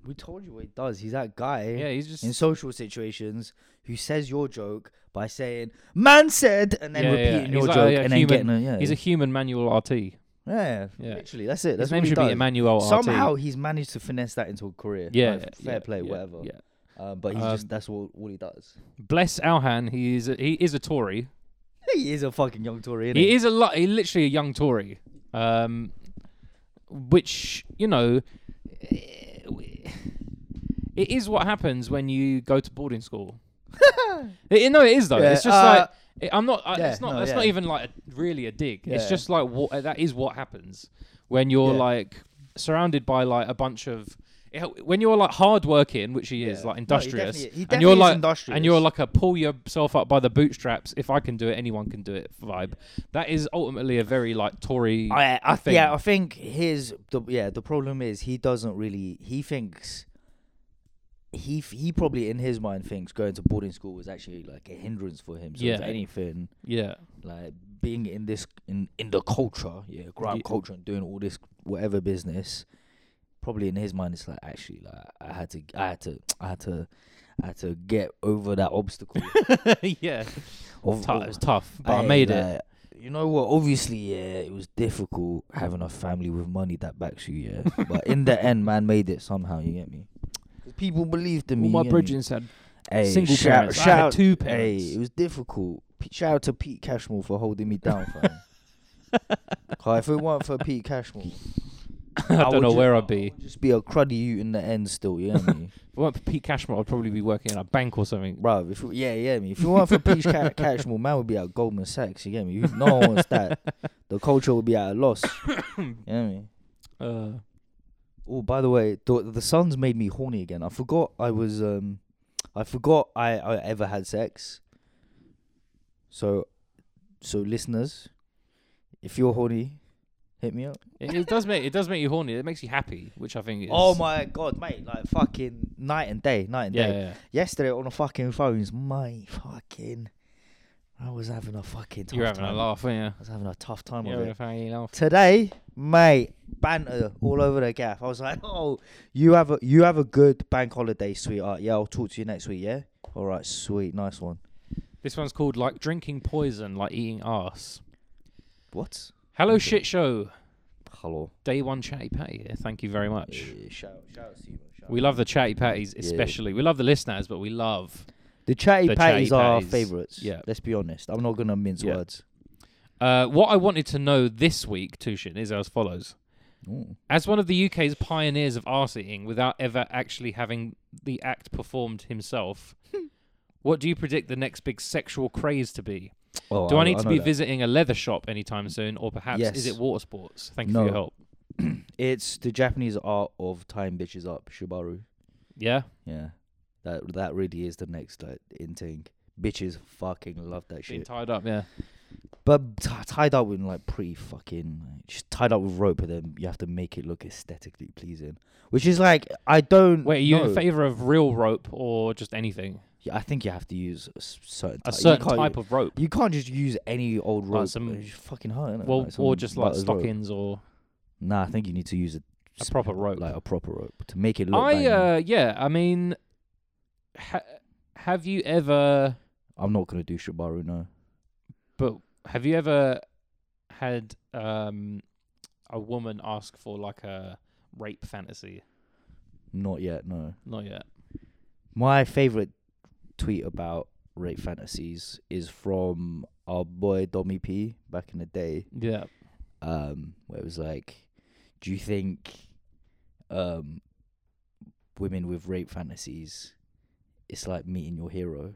[SPEAKER 2] we told you what he does. He's that guy
[SPEAKER 1] Yeah, he's just
[SPEAKER 2] in social situations who says your joke by saying "man said" and then
[SPEAKER 1] Yeah, yeah,
[SPEAKER 2] repeating
[SPEAKER 1] he's
[SPEAKER 2] your
[SPEAKER 1] like
[SPEAKER 2] joke
[SPEAKER 1] a
[SPEAKER 2] and then
[SPEAKER 1] human-
[SPEAKER 2] getting a, yeah,
[SPEAKER 1] He's a human manual RT.
[SPEAKER 2] yeah,
[SPEAKER 1] Yeah.
[SPEAKER 2] literally that's it. That's
[SPEAKER 1] His
[SPEAKER 2] what
[SPEAKER 1] name
[SPEAKER 2] he
[SPEAKER 1] should
[SPEAKER 2] does.
[SPEAKER 1] be Emmanuel RT.
[SPEAKER 2] Somehow he's managed to finesse that into a career.
[SPEAKER 1] yeah,
[SPEAKER 2] Like,
[SPEAKER 1] yeah,
[SPEAKER 2] fair play,
[SPEAKER 1] yeah,
[SPEAKER 2] whatever.
[SPEAKER 1] Yeah.
[SPEAKER 2] Um, but he's
[SPEAKER 1] Um,
[SPEAKER 2] just that's all, all he does.
[SPEAKER 1] Bless Alhan. He is a, he is a Tory.
[SPEAKER 2] He is a fucking young Tory. Isn't
[SPEAKER 1] He is a lot. He literally a young Tory. Um, which you know, eh, we- it is what happens when you go to boarding school. it, no, it is though.
[SPEAKER 2] Yeah,
[SPEAKER 1] it's just
[SPEAKER 2] uh,
[SPEAKER 1] like it, I'm not. I,
[SPEAKER 2] yeah,
[SPEAKER 1] it's not.
[SPEAKER 2] no,
[SPEAKER 1] that's
[SPEAKER 2] yeah.
[SPEAKER 1] not even like a, really a dig. It's
[SPEAKER 2] Yeah.
[SPEAKER 1] just like what that is what happens when you're
[SPEAKER 2] Yeah.
[SPEAKER 1] like surrounded by like a bunch of it- when you're like hardworking, which he is,
[SPEAKER 2] Yeah. No,
[SPEAKER 1] like
[SPEAKER 2] he
[SPEAKER 1] industrious,
[SPEAKER 2] definitely- he
[SPEAKER 1] and you're
[SPEAKER 2] definitely is
[SPEAKER 1] like and
[SPEAKER 2] industrious.
[SPEAKER 1] you're like a pull yourself up by the bootstraps. If I can do it, anyone can do it vibe. That is ultimately a very like Tory.
[SPEAKER 2] I, I
[SPEAKER 1] thing.
[SPEAKER 2] think. Yeah, I think his the yeah the problem is he doesn't really he thinks he f- he probably in his mind thinks going to boarding school was actually like a hindrance for him. So yeah.
[SPEAKER 1] Yeah.
[SPEAKER 2] anything
[SPEAKER 1] yeah,
[SPEAKER 2] like being in this in in the culture, yeah, grime
[SPEAKER 1] Ye-
[SPEAKER 2] culture and doing all this whatever business. Probably in his mind, it's like actually like I had to I had to I had to I had to get over that obstacle.
[SPEAKER 1] yeah.
[SPEAKER 2] of,
[SPEAKER 1] Tou-
[SPEAKER 2] of-
[SPEAKER 1] it's tough, but I,
[SPEAKER 2] Oh, Hey,
[SPEAKER 1] made it.
[SPEAKER 2] like, You know what? Obviously, yeah, it was difficult having a family with money that backs you, yeah. but in the end, man made it somehow. You get me? 'Cause People believed in me.
[SPEAKER 1] All
[SPEAKER 2] you
[SPEAKER 1] my
[SPEAKER 2] get me?
[SPEAKER 1] bridges had
[SPEAKER 2] Hey,
[SPEAKER 1] single
[SPEAKER 2] shout,
[SPEAKER 1] parents. I
[SPEAKER 2] Shout,
[SPEAKER 1] had two parents.
[SPEAKER 2] Hey, it was difficult. P- shout out to Pete Cashmore for holding me down, fam. 'Cause if it weren't for Pete Cashmore,
[SPEAKER 1] I don't
[SPEAKER 2] would
[SPEAKER 1] know
[SPEAKER 2] ju-
[SPEAKER 1] where
[SPEAKER 2] I
[SPEAKER 1] I'd be.
[SPEAKER 2] would Just be a cruddy you in the end, still. You know me,
[SPEAKER 1] If it weren't for Pete Cashmore, I'd probably be working in a bank or something.
[SPEAKER 2] bro. If it- yeah, yeah, me. If you weren't for Pete Ca- Cashmore, man would be at Goldman Sachs. You get me? You- No one wants that. The culture would be at a loss. you know me?
[SPEAKER 1] Uh,
[SPEAKER 2] Oh, by the way, the the sun's made me horny again. I forgot I was um, I forgot I, I ever had sex. So, so listeners, if you're horny, hit me up.
[SPEAKER 1] it, it does make it does make you horny. It makes you happy, which I think is.
[SPEAKER 2] Oh my god, mate! Like fucking night and day, night and
[SPEAKER 1] Yeah,
[SPEAKER 2] day.
[SPEAKER 1] yeah.
[SPEAKER 2] Yesterday on the fucking phones, my fucking, I was having a fucking. Tough
[SPEAKER 1] you're having
[SPEAKER 2] time.
[SPEAKER 1] a laugh, aren't
[SPEAKER 2] I was having a tough time
[SPEAKER 1] you?
[SPEAKER 2] with
[SPEAKER 1] You're
[SPEAKER 2] it.
[SPEAKER 1] having a fucking laugh.
[SPEAKER 2] today, mate, banter all over the gaff. I was like, oh, you have a you have a good bank holiday, sweetheart. Yeah, I'll talk to you next week. Yeah. All right, sweet, nice one.
[SPEAKER 1] This one's called like drinking poison, like eating ass.
[SPEAKER 2] What?
[SPEAKER 1] Hello,
[SPEAKER 2] Okay.
[SPEAKER 1] shit show.
[SPEAKER 2] Hello.
[SPEAKER 1] Day one chatty patty. here. Thank you very much.
[SPEAKER 2] Yeah, Eh, shout shout out to you. man, shout
[SPEAKER 1] We
[SPEAKER 2] out.
[SPEAKER 1] love the chatty patties,
[SPEAKER 2] Yeah.
[SPEAKER 1] especially. We love the listeners, but we love.
[SPEAKER 2] the chatty
[SPEAKER 1] the
[SPEAKER 2] patties
[SPEAKER 1] chatty
[SPEAKER 2] are our
[SPEAKER 1] patties.
[SPEAKER 2] favourites.
[SPEAKER 1] Yeah.
[SPEAKER 2] Let's be honest. I'm not gonna mince
[SPEAKER 1] Yeah.
[SPEAKER 2] words.
[SPEAKER 1] Uh, what I wanted to know this week, Tushin, is as follows.
[SPEAKER 2] Ooh.
[SPEAKER 1] As one of the UK's pioneers of arse eating without ever actually having the act performed himself, what do you predict the next big sexual craze to be?
[SPEAKER 2] Oh,
[SPEAKER 1] Do I, need to
[SPEAKER 2] know
[SPEAKER 1] be
[SPEAKER 2] that.
[SPEAKER 1] visiting a leather shop anytime soon, or perhaps is
[SPEAKER 2] Yes.
[SPEAKER 1] it water sports? Thank you for
[SPEAKER 2] No.
[SPEAKER 1] your help.
[SPEAKER 2] It's the Japanese art of tying bitches up, Shibaru.
[SPEAKER 1] Yeah.
[SPEAKER 2] Yeah, that that really is the next like in thing. Bitches fucking love that
[SPEAKER 1] Being
[SPEAKER 2] shit.
[SPEAKER 1] tied up. Yeah.
[SPEAKER 2] But t- tied up with like pretty fucking, like, just tied up with rope, and then you have to make it look aesthetically pleasing, which is like I don't.
[SPEAKER 1] Wait, are you
[SPEAKER 2] know.
[SPEAKER 1] in favor of real rope or just anything?
[SPEAKER 2] Yeah, I think you have to use a s- certain
[SPEAKER 1] A
[SPEAKER 2] type.
[SPEAKER 1] certain
[SPEAKER 2] Uh, you can't,
[SPEAKER 1] type of rope.
[SPEAKER 2] You can't just use any old rope.
[SPEAKER 1] Like
[SPEAKER 2] It's
[SPEAKER 1] some-
[SPEAKER 2] fucking hard. innit?
[SPEAKER 1] Well,
[SPEAKER 2] Like some
[SPEAKER 1] or just like
[SPEAKER 2] buttered rope.
[SPEAKER 1] stockings or
[SPEAKER 2] Nah, I think you need to use a,
[SPEAKER 1] a proper rope.
[SPEAKER 2] like a proper rope to make it look.
[SPEAKER 1] I
[SPEAKER 2] banging.
[SPEAKER 1] uh yeah, I mean ha- have you ever
[SPEAKER 2] I'm not gonna do Shibaru. No,
[SPEAKER 1] but have you ever had um a woman ask for like a rape fantasy?
[SPEAKER 2] not yet. No.
[SPEAKER 1] Not yet.
[SPEAKER 2] My favorite tweet about rape fantasies is from our boy Dommy P back in the day.
[SPEAKER 1] Yeah.
[SPEAKER 2] um, where it was like, do you think um, women with rape fantasies, it's like meeting your hero?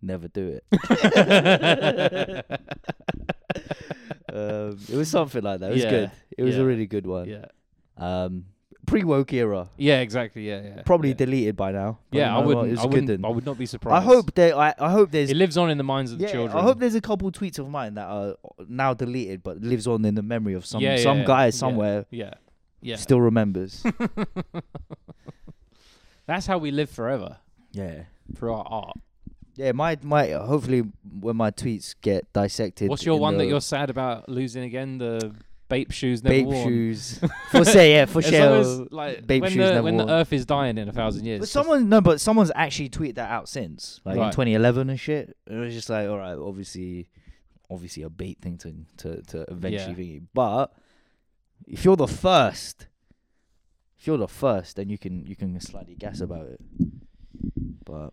[SPEAKER 2] Never do it. um, it was something like that. It was
[SPEAKER 1] Yeah,
[SPEAKER 2] good. It was
[SPEAKER 1] yeah.
[SPEAKER 2] a really good one.
[SPEAKER 1] Yeah.
[SPEAKER 2] Um, Pre woke era.
[SPEAKER 1] Yeah, exactly. Yeah, yeah.
[SPEAKER 2] Probably
[SPEAKER 1] yeah.
[SPEAKER 2] deleted by now. but
[SPEAKER 1] Yeah, I
[SPEAKER 2] you know what,
[SPEAKER 1] wouldn't
[SPEAKER 2] It's
[SPEAKER 1] I
[SPEAKER 2] good
[SPEAKER 1] wouldn't
[SPEAKER 2] then.
[SPEAKER 1] I would not be surprised.
[SPEAKER 2] I hope there. I, I hope there's.
[SPEAKER 1] it lives on in the minds of the
[SPEAKER 2] yeah,
[SPEAKER 1] children.
[SPEAKER 2] I hope there's a couple tweets of mine that are now deleted, but lives on in the memory of some
[SPEAKER 1] Yeah,
[SPEAKER 2] some
[SPEAKER 1] yeah, yeah.
[SPEAKER 2] guy somewhere
[SPEAKER 1] yeah. Yeah.
[SPEAKER 2] still remembers.
[SPEAKER 1] That's how we live forever
[SPEAKER 2] yeah.
[SPEAKER 1] through our art.
[SPEAKER 2] Yeah, my my hopefully when my tweets get dissected.
[SPEAKER 1] What's your
[SPEAKER 2] in
[SPEAKER 1] one that
[SPEAKER 2] the
[SPEAKER 1] you're sad about losing again? The Bape shoes never
[SPEAKER 2] babe
[SPEAKER 1] worn.
[SPEAKER 2] shoes? for say yeah, for
[SPEAKER 1] As long
[SPEAKER 2] sure.
[SPEAKER 1] as, like,
[SPEAKER 2] babe
[SPEAKER 1] when
[SPEAKER 2] shoes
[SPEAKER 1] the,
[SPEAKER 2] never
[SPEAKER 1] when the
[SPEAKER 2] worn.
[SPEAKER 1] Earth is dying in a thousand years.
[SPEAKER 2] But
[SPEAKER 1] just-
[SPEAKER 2] someone no, but someone's actually tweeted that out since, like in
[SPEAKER 1] Right.
[SPEAKER 2] 2011 and shit. It was just like, all right, obviously, obviously a bait thing to to to eventually thingy. But if you're the first, if you're the first, then you can you can slightly guess about it. But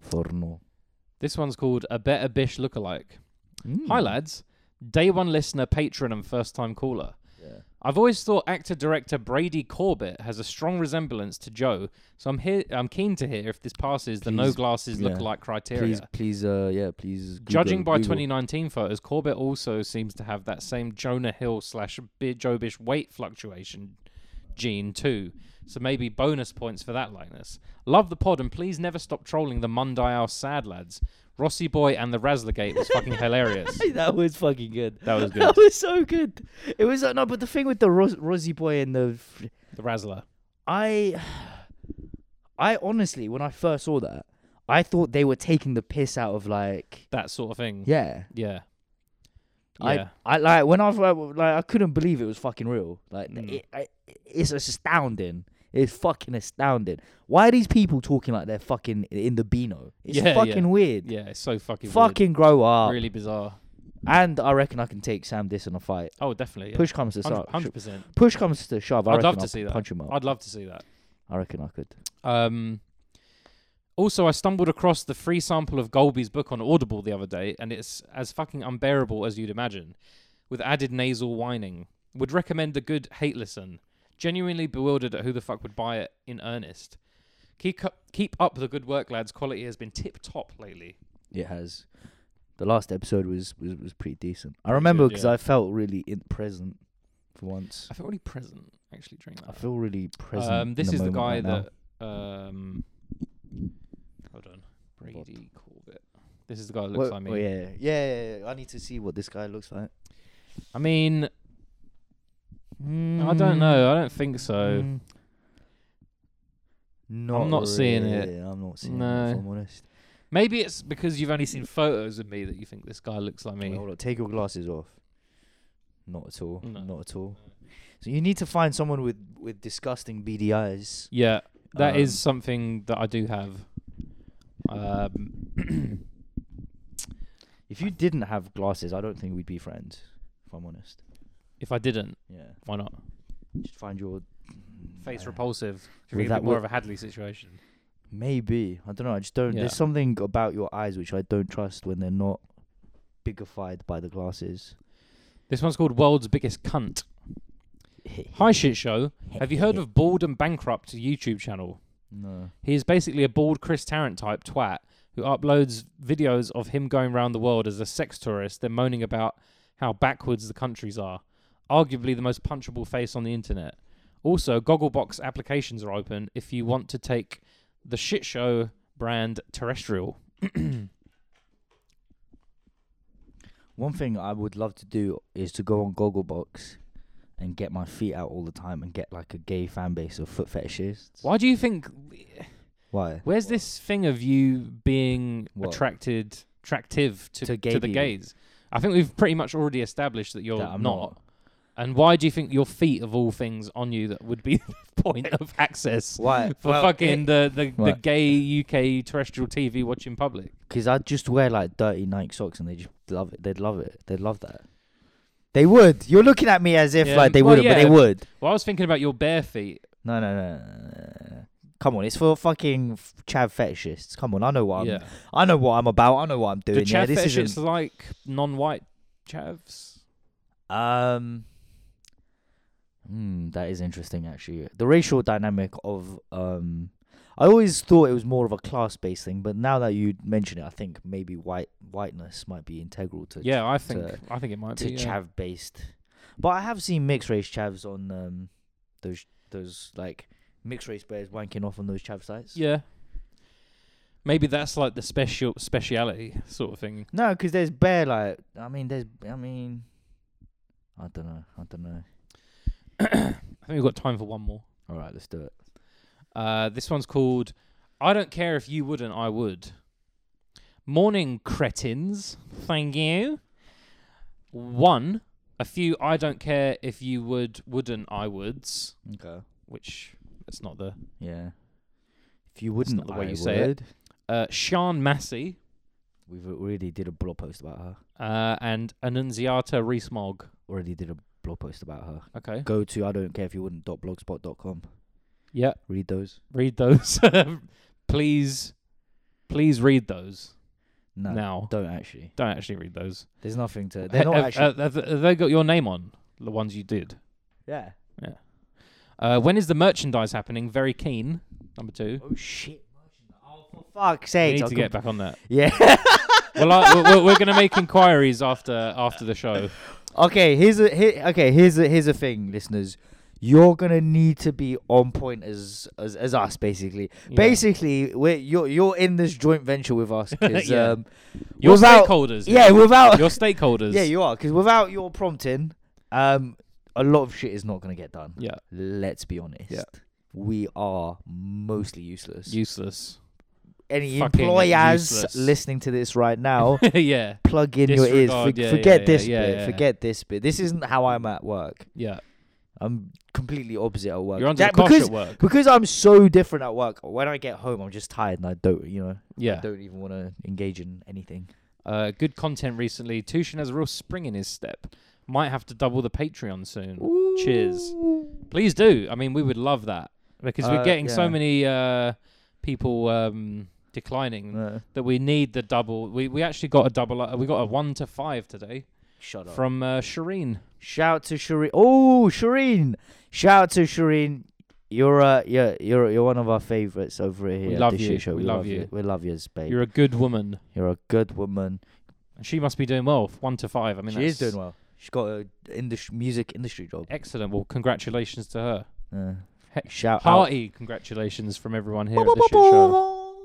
[SPEAKER 2] for no,
[SPEAKER 1] this one's called a better bish lookalike.
[SPEAKER 2] Hmm.
[SPEAKER 1] Hi lads, day one listener, patron, and first time caller.
[SPEAKER 2] Yeah.
[SPEAKER 1] I've always thought actor director Brady Corbett has a strong resemblance to Joe, so I'm here. I'm keen to hear if this passes the no
[SPEAKER 2] Please,
[SPEAKER 1] glasses
[SPEAKER 2] yeah.
[SPEAKER 1] lookalike criteria.
[SPEAKER 2] Please, please, uh, yeah, please. Google,
[SPEAKER 1] Judging by
[SPEAKER 2] Google.
[SPEAKER 1] 2019 photos, Corbett also seems to have that same Jonah Hill slash Bi- Jobish weight fluctuation gene too. So maybe bonus points for that likeness. Love the pod and please never stop trolling the Mundial sad lads. Rossi Boy and the Razzlergate was fucking hilarious.
[SPEAKER 2] that was fucking good.
[SPEAKER 1] That was good.
[SPEAKER 2] That was so good. It was uh, no, but the thing with the Ros- Rosie boy and the, f-
[SPEAKER 1] The Razzler.
[SPEAKER 2] I, I honestly, when I first saw that, I thought they were taking the piss out of like,
[SPEAKER 1] That sort of thing.
[SPEAKER 2] yeah,
[SPEAKER 1] Yeah. Yeah.
[SPEAKER 2] I, I like when I was like, like, I couldn't believe it was fucking real. Like,
[SPEAKER 1] Mm.
[SPEAKER 2] it, I, it's astounding. It's fucking astounding. Why are these people talking like they're fucking in the Beano? It's
[SPEAKER 1] Yeah, yeah.
[SPEAKER 2] fucking weird.
[SPEAKER 1] yeah, it's so fucking weird.
[SPEAKER 2] fucking grow up.
[SPEAKER 1] really bizarre.
[SPEAKER 2] And I reckon I can take Sam Diss in a fight.
[SPEAKER 1] Oh, definitely. Yeah.
[SPEAKER 2] Push comes to shove.
[SPEAKER 1] 100 percent.
[SPEAKER 2] Push comes to shove. I
[SPEAKER 1] I'd
[SPEAKER 2] reckon
[SPEAKER 1] love
[SPEAKER 2] I'll
[SPEAKER 1] to see that.
[SPEAKER 2] Punch him up.
[SPEAKER 1] I'd love to see that.
[SPEAKER 2] I reckon I could.
[SPEAKER 1] Um, also, I stumbled across the free sample of Golby's book on Audible the other day, and it's as fucking unbearable as you'd imagine, with added nasal whining. Would recommend a good hate listen. Genuinely bewildered at who the fuck would buy it in earnest. Keep up, keep up the good work, lads. Quality has been tip top lately.
[SPEAKER 2] It has. The last episode was was, was pretty decent. I remember
[SPEAKER 1] good,
[SPEAKER 2] because
[SPEAKER 1] yeah.
[SPEAKER 2] I felt really in present for once.
[SPEAKER 1] I feel really present actually during that.
[SPEAKER 2] I feel really present.
[SPEAKER 1] um, this
[SPEAKER 2] in
[SPEAKER 1] is the guy
[SPEAKER 2] moment right now.
[SPEAKER 1] that. Um, hold on, Brady Corbett. This is the guy that looks
[SPEAKER 2] Well,
[SPEAKER 1] like me.
[SPEAKER 2] well, yeah, yeah, yeah, yeah. I need to see what this guy looks like.
[SPEAKER 1] I mean, I don't know. I don't think so.
[SPEAKER 2] Mm.
[SPEAKER 1] not seeing it.
[SPEAKER 2] really, I'm not seeing it.
[SPEAKER 1] No.
[SPEAKER 2] If I'm honest.
[SPEAKER 1] Maybe it's because you've only seen photos of me that you think this guy looks like
[SPEAKER 2] Wait,
[SPEAKER 1] me.
[SPEAKER 2] hold on, take your glasses off. Not at all.
[SPEAKER 1] No.
[SPEAKER 2] Not at all. So you need to find someone with with disgusting beady eyes.
[SPEAKER 1] Yeah, that is
[SPEAKER 2] Um,
[SPEAKER 1] something that I do have. Um,
[SPEAKER 2] If you didn't have glasses, I don't think we'd be friends. If I'm honest.
[SPEAKER 1] if I didn't,
[SPEAKER 2] Yeah.
[SPEAKER 1] why not?
[SPEAKER 2] Just find your uh,
[SPEAKER 1] Face
[SPEAKER 2] Yeah.
[SPEAKER 1] repulsive. Should
[SPEAKER 2] Well,
[SPEAKER 1] we get a
[SPEAKER 2] that
[SPEAKER 1] bit more
[SPEAKER 2] would-
[SPEAKER 1] of a Hadley situation?
[SPEAKER 2] Maybe I don't know. I just don't.
[SPEAKER 1] Yeah.
[SPEAKER 2] There's something about your eyes which I don't trust when they're not bigified by the glasses.
[SPEAKER 1] This one's called World's Biggest Cunt. Hi, shit show. Have you heard of Bald and Bankrupt YouTube channel?
[SPEAKER 2] No.
[SPEAKER 1] He is basically a bald Chris Tarrant type twat who uploads videos of him going around the world as a sex tourist, then moaning about how backwards the countries are. Arguably the most punchable face on the internet. Also, Gogglebox applications are open if you want to take the shit show brand terrestrial.
[SPEAKER 2] One thing I would love to do is to go on Gogglebox and get my feet out all the time and get like a gay fan base of foot fetishists.
[SPEAKER 1] Why do you think?
[SPEAKER 2] Why?
[SPEAKER 1] Where's this thing of you being
[SPEAKER 2] What?
[SPEAKER 1] attracted, attractive to
[SPEAKER 2] To gay
[SPEAKER 1] the
[SPEAKER 2] people.
[SPEAKER 1] gays? I think we've pretty much already established that you're
[SPEAKER 2] That I'm
[SPEAKER 1] not. And why do you think your feet, of all things, on you that would be the point of access
[SPEAKER 2] Why?
[SPEAKER 1] for fucking the the, the
[SPEAKER 2] Right.
[SPEAKER 1] gay UK terrestrial TV watching public?
[SPEAKER 2] Because I'd just wear like dirty Nike socks and they just love it. They'd love it. They'd love that. They would. You're looking at me as if
[SPEAKER 1] Yeah,
[SPEAKER 2] like they
[SPEAKER 1] well,
[SPEAKER 2] wouldn't, but
[SPEAKER 1] yeah.
[SPEAKER 2] they would.
[SPEAKER 1] Well, I was thinking about your bare feet.
[SPEAKER 2] No, no, no, no, no, no. Come on, it's for fucking f- Chad fetishists. Come on, I know what I'm.
[SPEAKER 1] yeah,
[SPEAKER 2] I know what I'm about. I know what I'm
[SPEAKER 1] do
[SPEAKER 2] doing.
[SPEAKER 1] chav
[SPEAKER 2] here. This
[SPEAKER 1] fetishists
[SPEAKER 2] isn't.
[SPEAKER 1] like non-white chavs?
[SPEAKER 2] Um, hmm, that is interesting, actually. The racial dynamic of um, I always thought it was more of a class-based thing, but now that you mention it, I think maybe white whiteness might be integral to
[SPEAKER 1] Yeah, I think
[SPEAKER 2] to-
[SPEAKER 1] I think it might
[SPEAKER 2] to
[SPEAKER 1] be. uh, yeah.
[SPEAKER 2] chav-based. But I have seen mixed-race chavs on um, those those like mixed-race bears wanking off on those chav sites.
[SPEAKER 1] Yeah. Maybe that's like the special speciality sort of thing.
[SPEAKER 2] No, because there's bear like I mean there's I mean I don't know I don't know.
[SPEAKER 1] I think we've got time for one more.
[SPEAKER 2] All right, let's do it.
[SPEAKER 1] Uh, this one's called I Don't Care If You Wouldn't, I Would. Morning, cretins. Thank you. One, a few I Don't Care If You Would, Wouldn't, I Woulds,
[SPEAKER 2] Okay.
[SPEAKER 1] which that's not the.
[SPEAKER 2] Yeah. If you wouldn't,
[SPEAKER 1] not the way
[SPEAKER 2] I
[SPEAKER 1] you say it.
[SPEAKER 2] would.
[SPEAKER 1] Uh, Sean Massey
[SPEAKER 2] We've already did a blog post about her.
[SPEAKER 1] uh, and Annunziata Rees Mogg.
[SPEAKER 2] Already did a blog post about her.
[SPEAKER 1] Okay.
[SPEAKER 2] Go to I don't care if you wouldn't dot blogspot dot com.
[SPEAKER 1] Yeah,
[SPEAKER 2] Read those.
[SPEAKER 1] read those. please, please read those
[SPEAKER 2] No,
[SPEAKER 1] now.
[SPEAKER 2] don't actually.
[SPEAKER 1] Don't actually read those.
[SPEAKER 2] There's nothing to. They're not
[SPEAKER 1] have,
[SPEAKER 2] actually.
[SPEAKER 1] uh, have- have they got your name on the ones you did?
[SPEAKER 2] yeah.
[SPEAKER 1] Uh, when is the merchandise happening? Very keen. Number two.
[SPEAKER 2] Oh shit. Oh for
[SPEAKER 1] We
[SPEAKER 2] fuck's sake!
[SPEAKER 1] need
[SPEAKER 2] I
[SPEAKER 1] to get
[SPEAKER 2] could-
[SPEAKER 1] back on that.
[SPEAKER 2] Yeah.
[SPEAKER 1] Well, I, we're, we're going to make inquiries after after the show.
[SPEAKER 2] okay. Here's a. Here, okay. Here's a. Here's a thing, listeners. You're gonna need to be on point as as, as us, basically.
[SPEAKER 1] Yeah.
[SPEAKER 2] Basically, we're you're you're in this joint venture with us 'cause,
[SPEAKER 1] Yeah.
[SPEAKER 2] um,
[SPEAKER 1] your
[SPEAKER 2] without-
[SPEAKER 1] stakeholders.
[SPEAKER 2] yeah, without
[SPEAKER 1] your stakeholders.
[SPEAKER 2] Yeah, you are. Because without your prompting, um, a lot of shit is not going to get done.
[SPEAKER 1] yeah.
[SPEAKER 2] Let's be honest. We are mostly useless.
[SPEAKER 1] Useless.
[SPEAKER 2] Any
[SPEAKER 1] fucking
[SPEAKER 2] employers
[SPEAKER 1] useless.
[SPEAKER 2] listening to this right now,
[SPEAKER 1] yeah.
[SPEAKER 2] plug in your ears.
[SPEAKER 1] Disregard,
[SPEAKER 2] For-
[SPEAKER 1] yeah,
[SPEAKER 2] forget
[SPEAKER 1] yeah,
[SPEAKER 2] this
[SPEAKER 1] yeah,
[SPEAKER 2] bit.
[SPEAKER 1] yeah.
[SPEAKER 2] Forget this bit. This isn't how I'm at work.
[SPEAKER 1] Yeah.
[SPEAKER 2] I'm completely opposite at work.
[SPEAKER 1] You're under
[SPEAKER 2] That-
[SPEAKER 1] the cosh
[SPEAKER 2] because
[SPEAKER 1] at work.
[SPEAKER 2] because I'm so different at work. When I get home, I'm just tired and I don't, you know, I
[SPEAKER 1] Yeah.
[SPEAKER 2] don't even want to engage in anything.
[SPEAKER 1] Uh, good content recently. Tushin has a real spring in his step. Might have to double the Patreon soon. Cheers. Please do. I mean, we would love that because we're
[SPEAKER 2] Uh,
[SPEAKER 1] getting so
[SPEAKER 2] yeah.
[SPEAKER 1] many uh, people um, declining
[SPEAKER 2] No.
[SPEAKER 1] that we need the double. We we actually got a double. Uh, we got a one to five today
[SPEAKER 2] Shut up.
[SPEAKER 1] from uh, Shireen.
[SPEAKER 2] Shout out to Shireen. Oh, Shireen! Shout out to Shireen. You're uh, you're you're you're one of our favorites over here.
[SPEAKER 1] We
[SPEAKER 2] at
[SPEAKER 1] love
[SPEAKER 2] this
[SPEAKER 1] you.
[SPEAKER 2] shit Show.
[SPEAKER 1] We love you.
[SPEAKER 2] We love you, babe. You're
[SPEAKER 1] You're
[SPEAKER 2] a,
[SPEAKER 1] a good woman.
[SPEAKER 2] good woman.
[SPEAKER 1] And She must be doing well. One to five. I mean,
[SPEAKER 2] she is
[SPEAKER 1] that's
[SPEAKER 2] doing well. She's got a indus- music industry job.
[SPEAKER 1] Excellent. Well, congratulations to her.
[SPEAKER 2] Uh,
[SPEAKER 1] Heck,
[SPEAKER 2] shout out.
[SPEAKER 1] Hearty congratulations from everyone here at the shit show.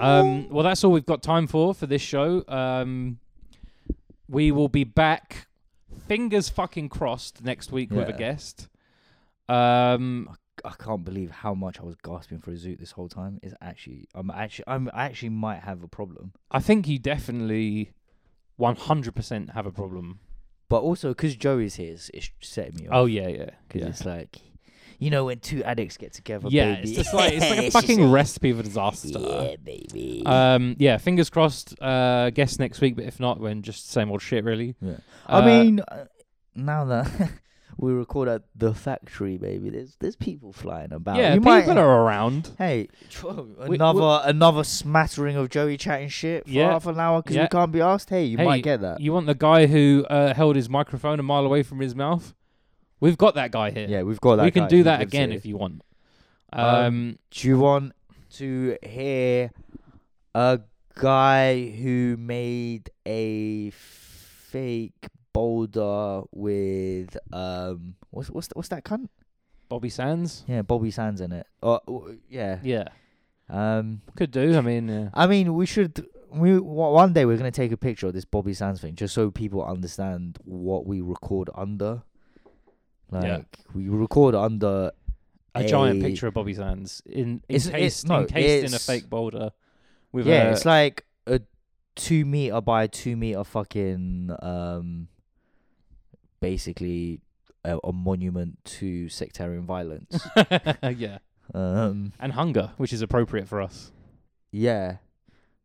[SPEAKER 1] Um, well, that's all we've got time for for this show. Um, we will be back, fingers fucking crossed, next week with a
[SPEAKER 2] Yeah.
[SPEAKER 1] guest. Um,
[SPEAKER 2] I can't believe how much I was gasping for a zoot this whole time. It's actually, I'm actually, I'm I actually might have a problem.
[SPEAKER 1] I think you definitely 100% have a problem.
[SPEAKER 2] But also, because Joe is here, it's, it's setting me off.
[SPEAKER 1] Oh, yeah, yeah.
[SPEAKER 2] because
[SPEAKER 1] yeah.
[SPEAKER 2] it's like, you know, when two addicts get together,
[SPEAKER 1] yeah,
[SPEAKER 2] baby.
[SPEAKER 1] it's just like it's like a
[SPEAKER 2] It's just
[SPEAKER 1] fucking
[SPEAKER 2] like,
[SPEAKER 1] recipe for disaster.
[SPEAKER 2] Yeah, baby.
[SPEAKER 1] Um, yeah, fingers crossed. Uh, guess next week, but if not, then just same old shit, really.
[SPEAKER 2] Yeah.
[SPEAKER 1] Uh,
[SPEAKER 2] I mean, uh, now that we record at the factory, baby, there's there's people flying about.
[SPEAKER 1] yeah,
[SPEAKER 2] you
[SPEAKER 1] people
[SPEAKER 2] might,
[SPEAKER 1] are around.
[SPEAKER 2] Hey,
[SPEAKER 1] we-
[SPEAKER 2] another another smattering of Joey chatting shit for
[SPEAKER 1] Yeah.
[SPEAKER 2] half an hour because
[SPEAKER 1] Yeah.
[SPEAKER 2] we can't be asked. Hey, you
[SPEAKER 1] Hey,
[SPEAKER 2] might get that.
[SPEAKER 1] You want the guy who uh, held his microphone a mile away from his mouth? We've got that guy here.
[SPEAKER 2] yeah, we've got that.
[SPEAKER 1] we can
[SPEAKER 2] guy.
[SPEAKER 1] do
[SPEAKER 2] He
[SPEAKER 1] that
[SPEAKER 2] lives
[SPEAKER 1] again
[SPEAKER 2] here.
[SPEAKER 1] if you want.
[SPEAKER 2] Um,
[SPEAKER 1] Um,
[SPEAKER 2] Do you want to hear a guy who made a fake boulder with um what's what's what's that cunt?
[SPEAKER 1] Bobby Sands.
[SPEAKER 2] Yeah, Bobby Sands in it. Or w- yeah.
[SPEAKER 1] Yeah,
[SPEAKER 2] Um,
[SPEAKER 1] could do. I mean, yeah.
[SPEAKER 2] I mean, we should. We w- one day we're gonna take a picture of this Bobby Sands thing, just so people understand what we record under. Like
[SPEAKER 1] Yeah.
[SPEAKER 2] we record under
[SPEAKER 1] a giant
[SPEAKER 2] a-
[SPEAKER 1] picture of Bobby Sands in
[SPEAKER 2] It's-
[SPEAKER 1] encased,
[SPEAKER 2] it's- no,
[SPEAKER 1] encased in a
[SPEAKER 2] it's-
[SPEAKER 1] fake boulder. With
[SPEAKER 2] yeah,
[SPEAKER 1] a,
[SPEAKER 2] it's like a two meter by two meter fucking um, basically a, a monument to sectarian violence.
[SPEAKER 1] yeah,
[SPEAKER 2] um,
[SPEAKER 1] and hunger, which is appropriate for us.
[SPEAKER 2] yeah,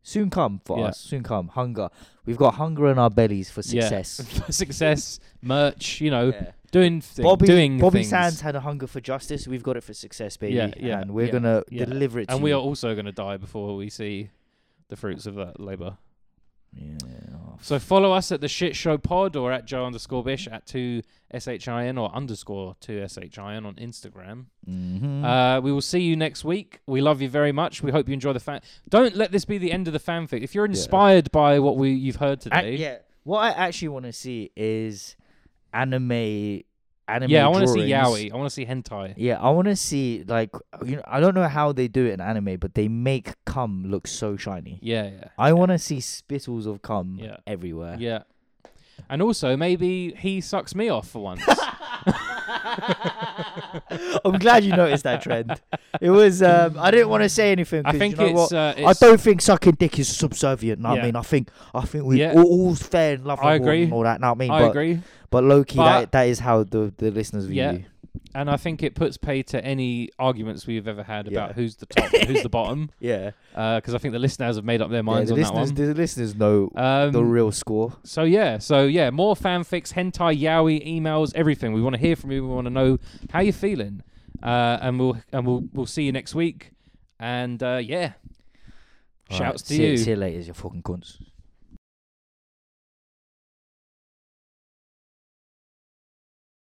[SPEAKER 2] soon come for
[SPEAKER 1] Yeah.
[SPEAKER 2] us. Soon come hunger. We've got hunger in our bellies for
[SPEAKER 1] Yeah.
[SPEAKER 2] success.
[SPEAKER 1] Success, merch, you know,
[SPEAKER 2] Yeah.
[SPEAKER 1] doing thing,
[SPEAKER 2] Bobby
[SPEAKER 1] doing
[SPEAKER 2] Bobby
[SPEAKER 1] things.
[SPEAKER 2] Sands had a hunger for justice. We've got it for success, baby.
[SPEAKER 1] Yeah, yeah,
[SPEAKER 2] and we're
[SPEAKER 1] yeah,
[SPEAKER 2] gonna
[SPEAKER 1] yeah.
[SPEAKER 2] deliver it.
[SPEAKER 1] and
[SPEAKER 2] to
[SPEAKER 1] we
[SPEAKER 2] you.
[SPEAKER 1] are also going to die before we see the fruits of that labor.
[SPEAKER 2] Yeah. oh,
[SPEAKER 1] So follow us at the Shit Show Pod or at Joe underscore Bish at two s h i n or underscore two s h i n on Instagram.
[SPEAKER 2] mhm.
[SPEAKER 1] Uh, we will see you next week. We love you very much. We hope you enjoy the fan. Don't let this be the end of the fanfic. If you're inspired by what we you've heard
[SPEAKER 2] Ac-
[SPEAKER 1] today,
[SPEAKER 2] yeah. What I actually want to see is anime anime.
[SPEAKER 1] yeah, I want to see
[SPEAKER 2] drawings.
[SPEAKER 1] yaoi. I want to see hentai.
[SPEAKER 2] Yeah, I want to see like you know I don't know how they do it in anime, but they make cum look so shiny.
[SPEAKER 1] Yeah, yeah,
[SPEAKER 2] I want to see spittles of cum
[SPEAKER 1] Yeah.
[SPEAKER 2] everywhere.
[SPEAKER 1] yeah. And also maybe he sucks me off for once.
[SPEAKER 3] Ờ.
[SPEAKER 2] I'm glad you noticed that trend. It was um, I didn't want to say anything
[SPEAKER 1] I
[SPEAKER 2] because
[SPEAKER 1] think
[SPEAKER 2] you know
[SPEAKER 1] it's,
[SPEAKER 2] what.
[SPEAKER 1] uh,
[SPEAKER 2] I
[SPEAKER 1] it's.
[SPEAKER 2] don't think sucking dick is subservient. know what
[SPEAKER 1] Yeah.
[SPEAKER 2] I mean, I think I think we
[SPEAKER 1] Yeah.
[SPEAKER 2] all, all's fair and love
[SPEAKER 1] I
[SPEAKER 2] and war and
[SPEAKER 1] agree.
[SPEAKER 2] all that. know what I mean,
[SPEAKER 1] I
[SPEAKER 2] but
[SPEAKER 1] agree.
[SPEAKER 2] But low key,
[SPEAKER 1] But-
[SPEAKER 2] that, that is how the, the listeners view
[SPEAKER 1] Yeah.
[SPEAKER 2] you.
[SPEAKER 1] And I think it puts pay to any arguments we've ever had about
[SPEAKER 2] Yeah.
[SPEAKER 1] who's the top, who's the bottom,
[SPEAKER 2] Yeah.
[SPEAKER 1] because I think the listeners have made up their minds
[SPEAKER 2] the,
[SPEAKER 1] on
[SPEAKER 2] listeners,
[SPEAKER 1] that one.
[SPEAKER 2] the listeners know
[SPEAKER 1] Um,
[SPEAKER 2] the real score.
[SPEAKER 1] so yeah, so yeah, more fanfics, hentai, yaoi, emails, everything. We want to hear from you. We want to know how you're feeling, uh, and we'll and we'll we'll see you next week. And uh, yeah, shouts
[SPEAKER 2] Alright,
[SPEAKER 1] to
[SPEAKER 2] see,
[SPEAKER 1] you.
[SPEAKER 2] See you later, you fucking cunts.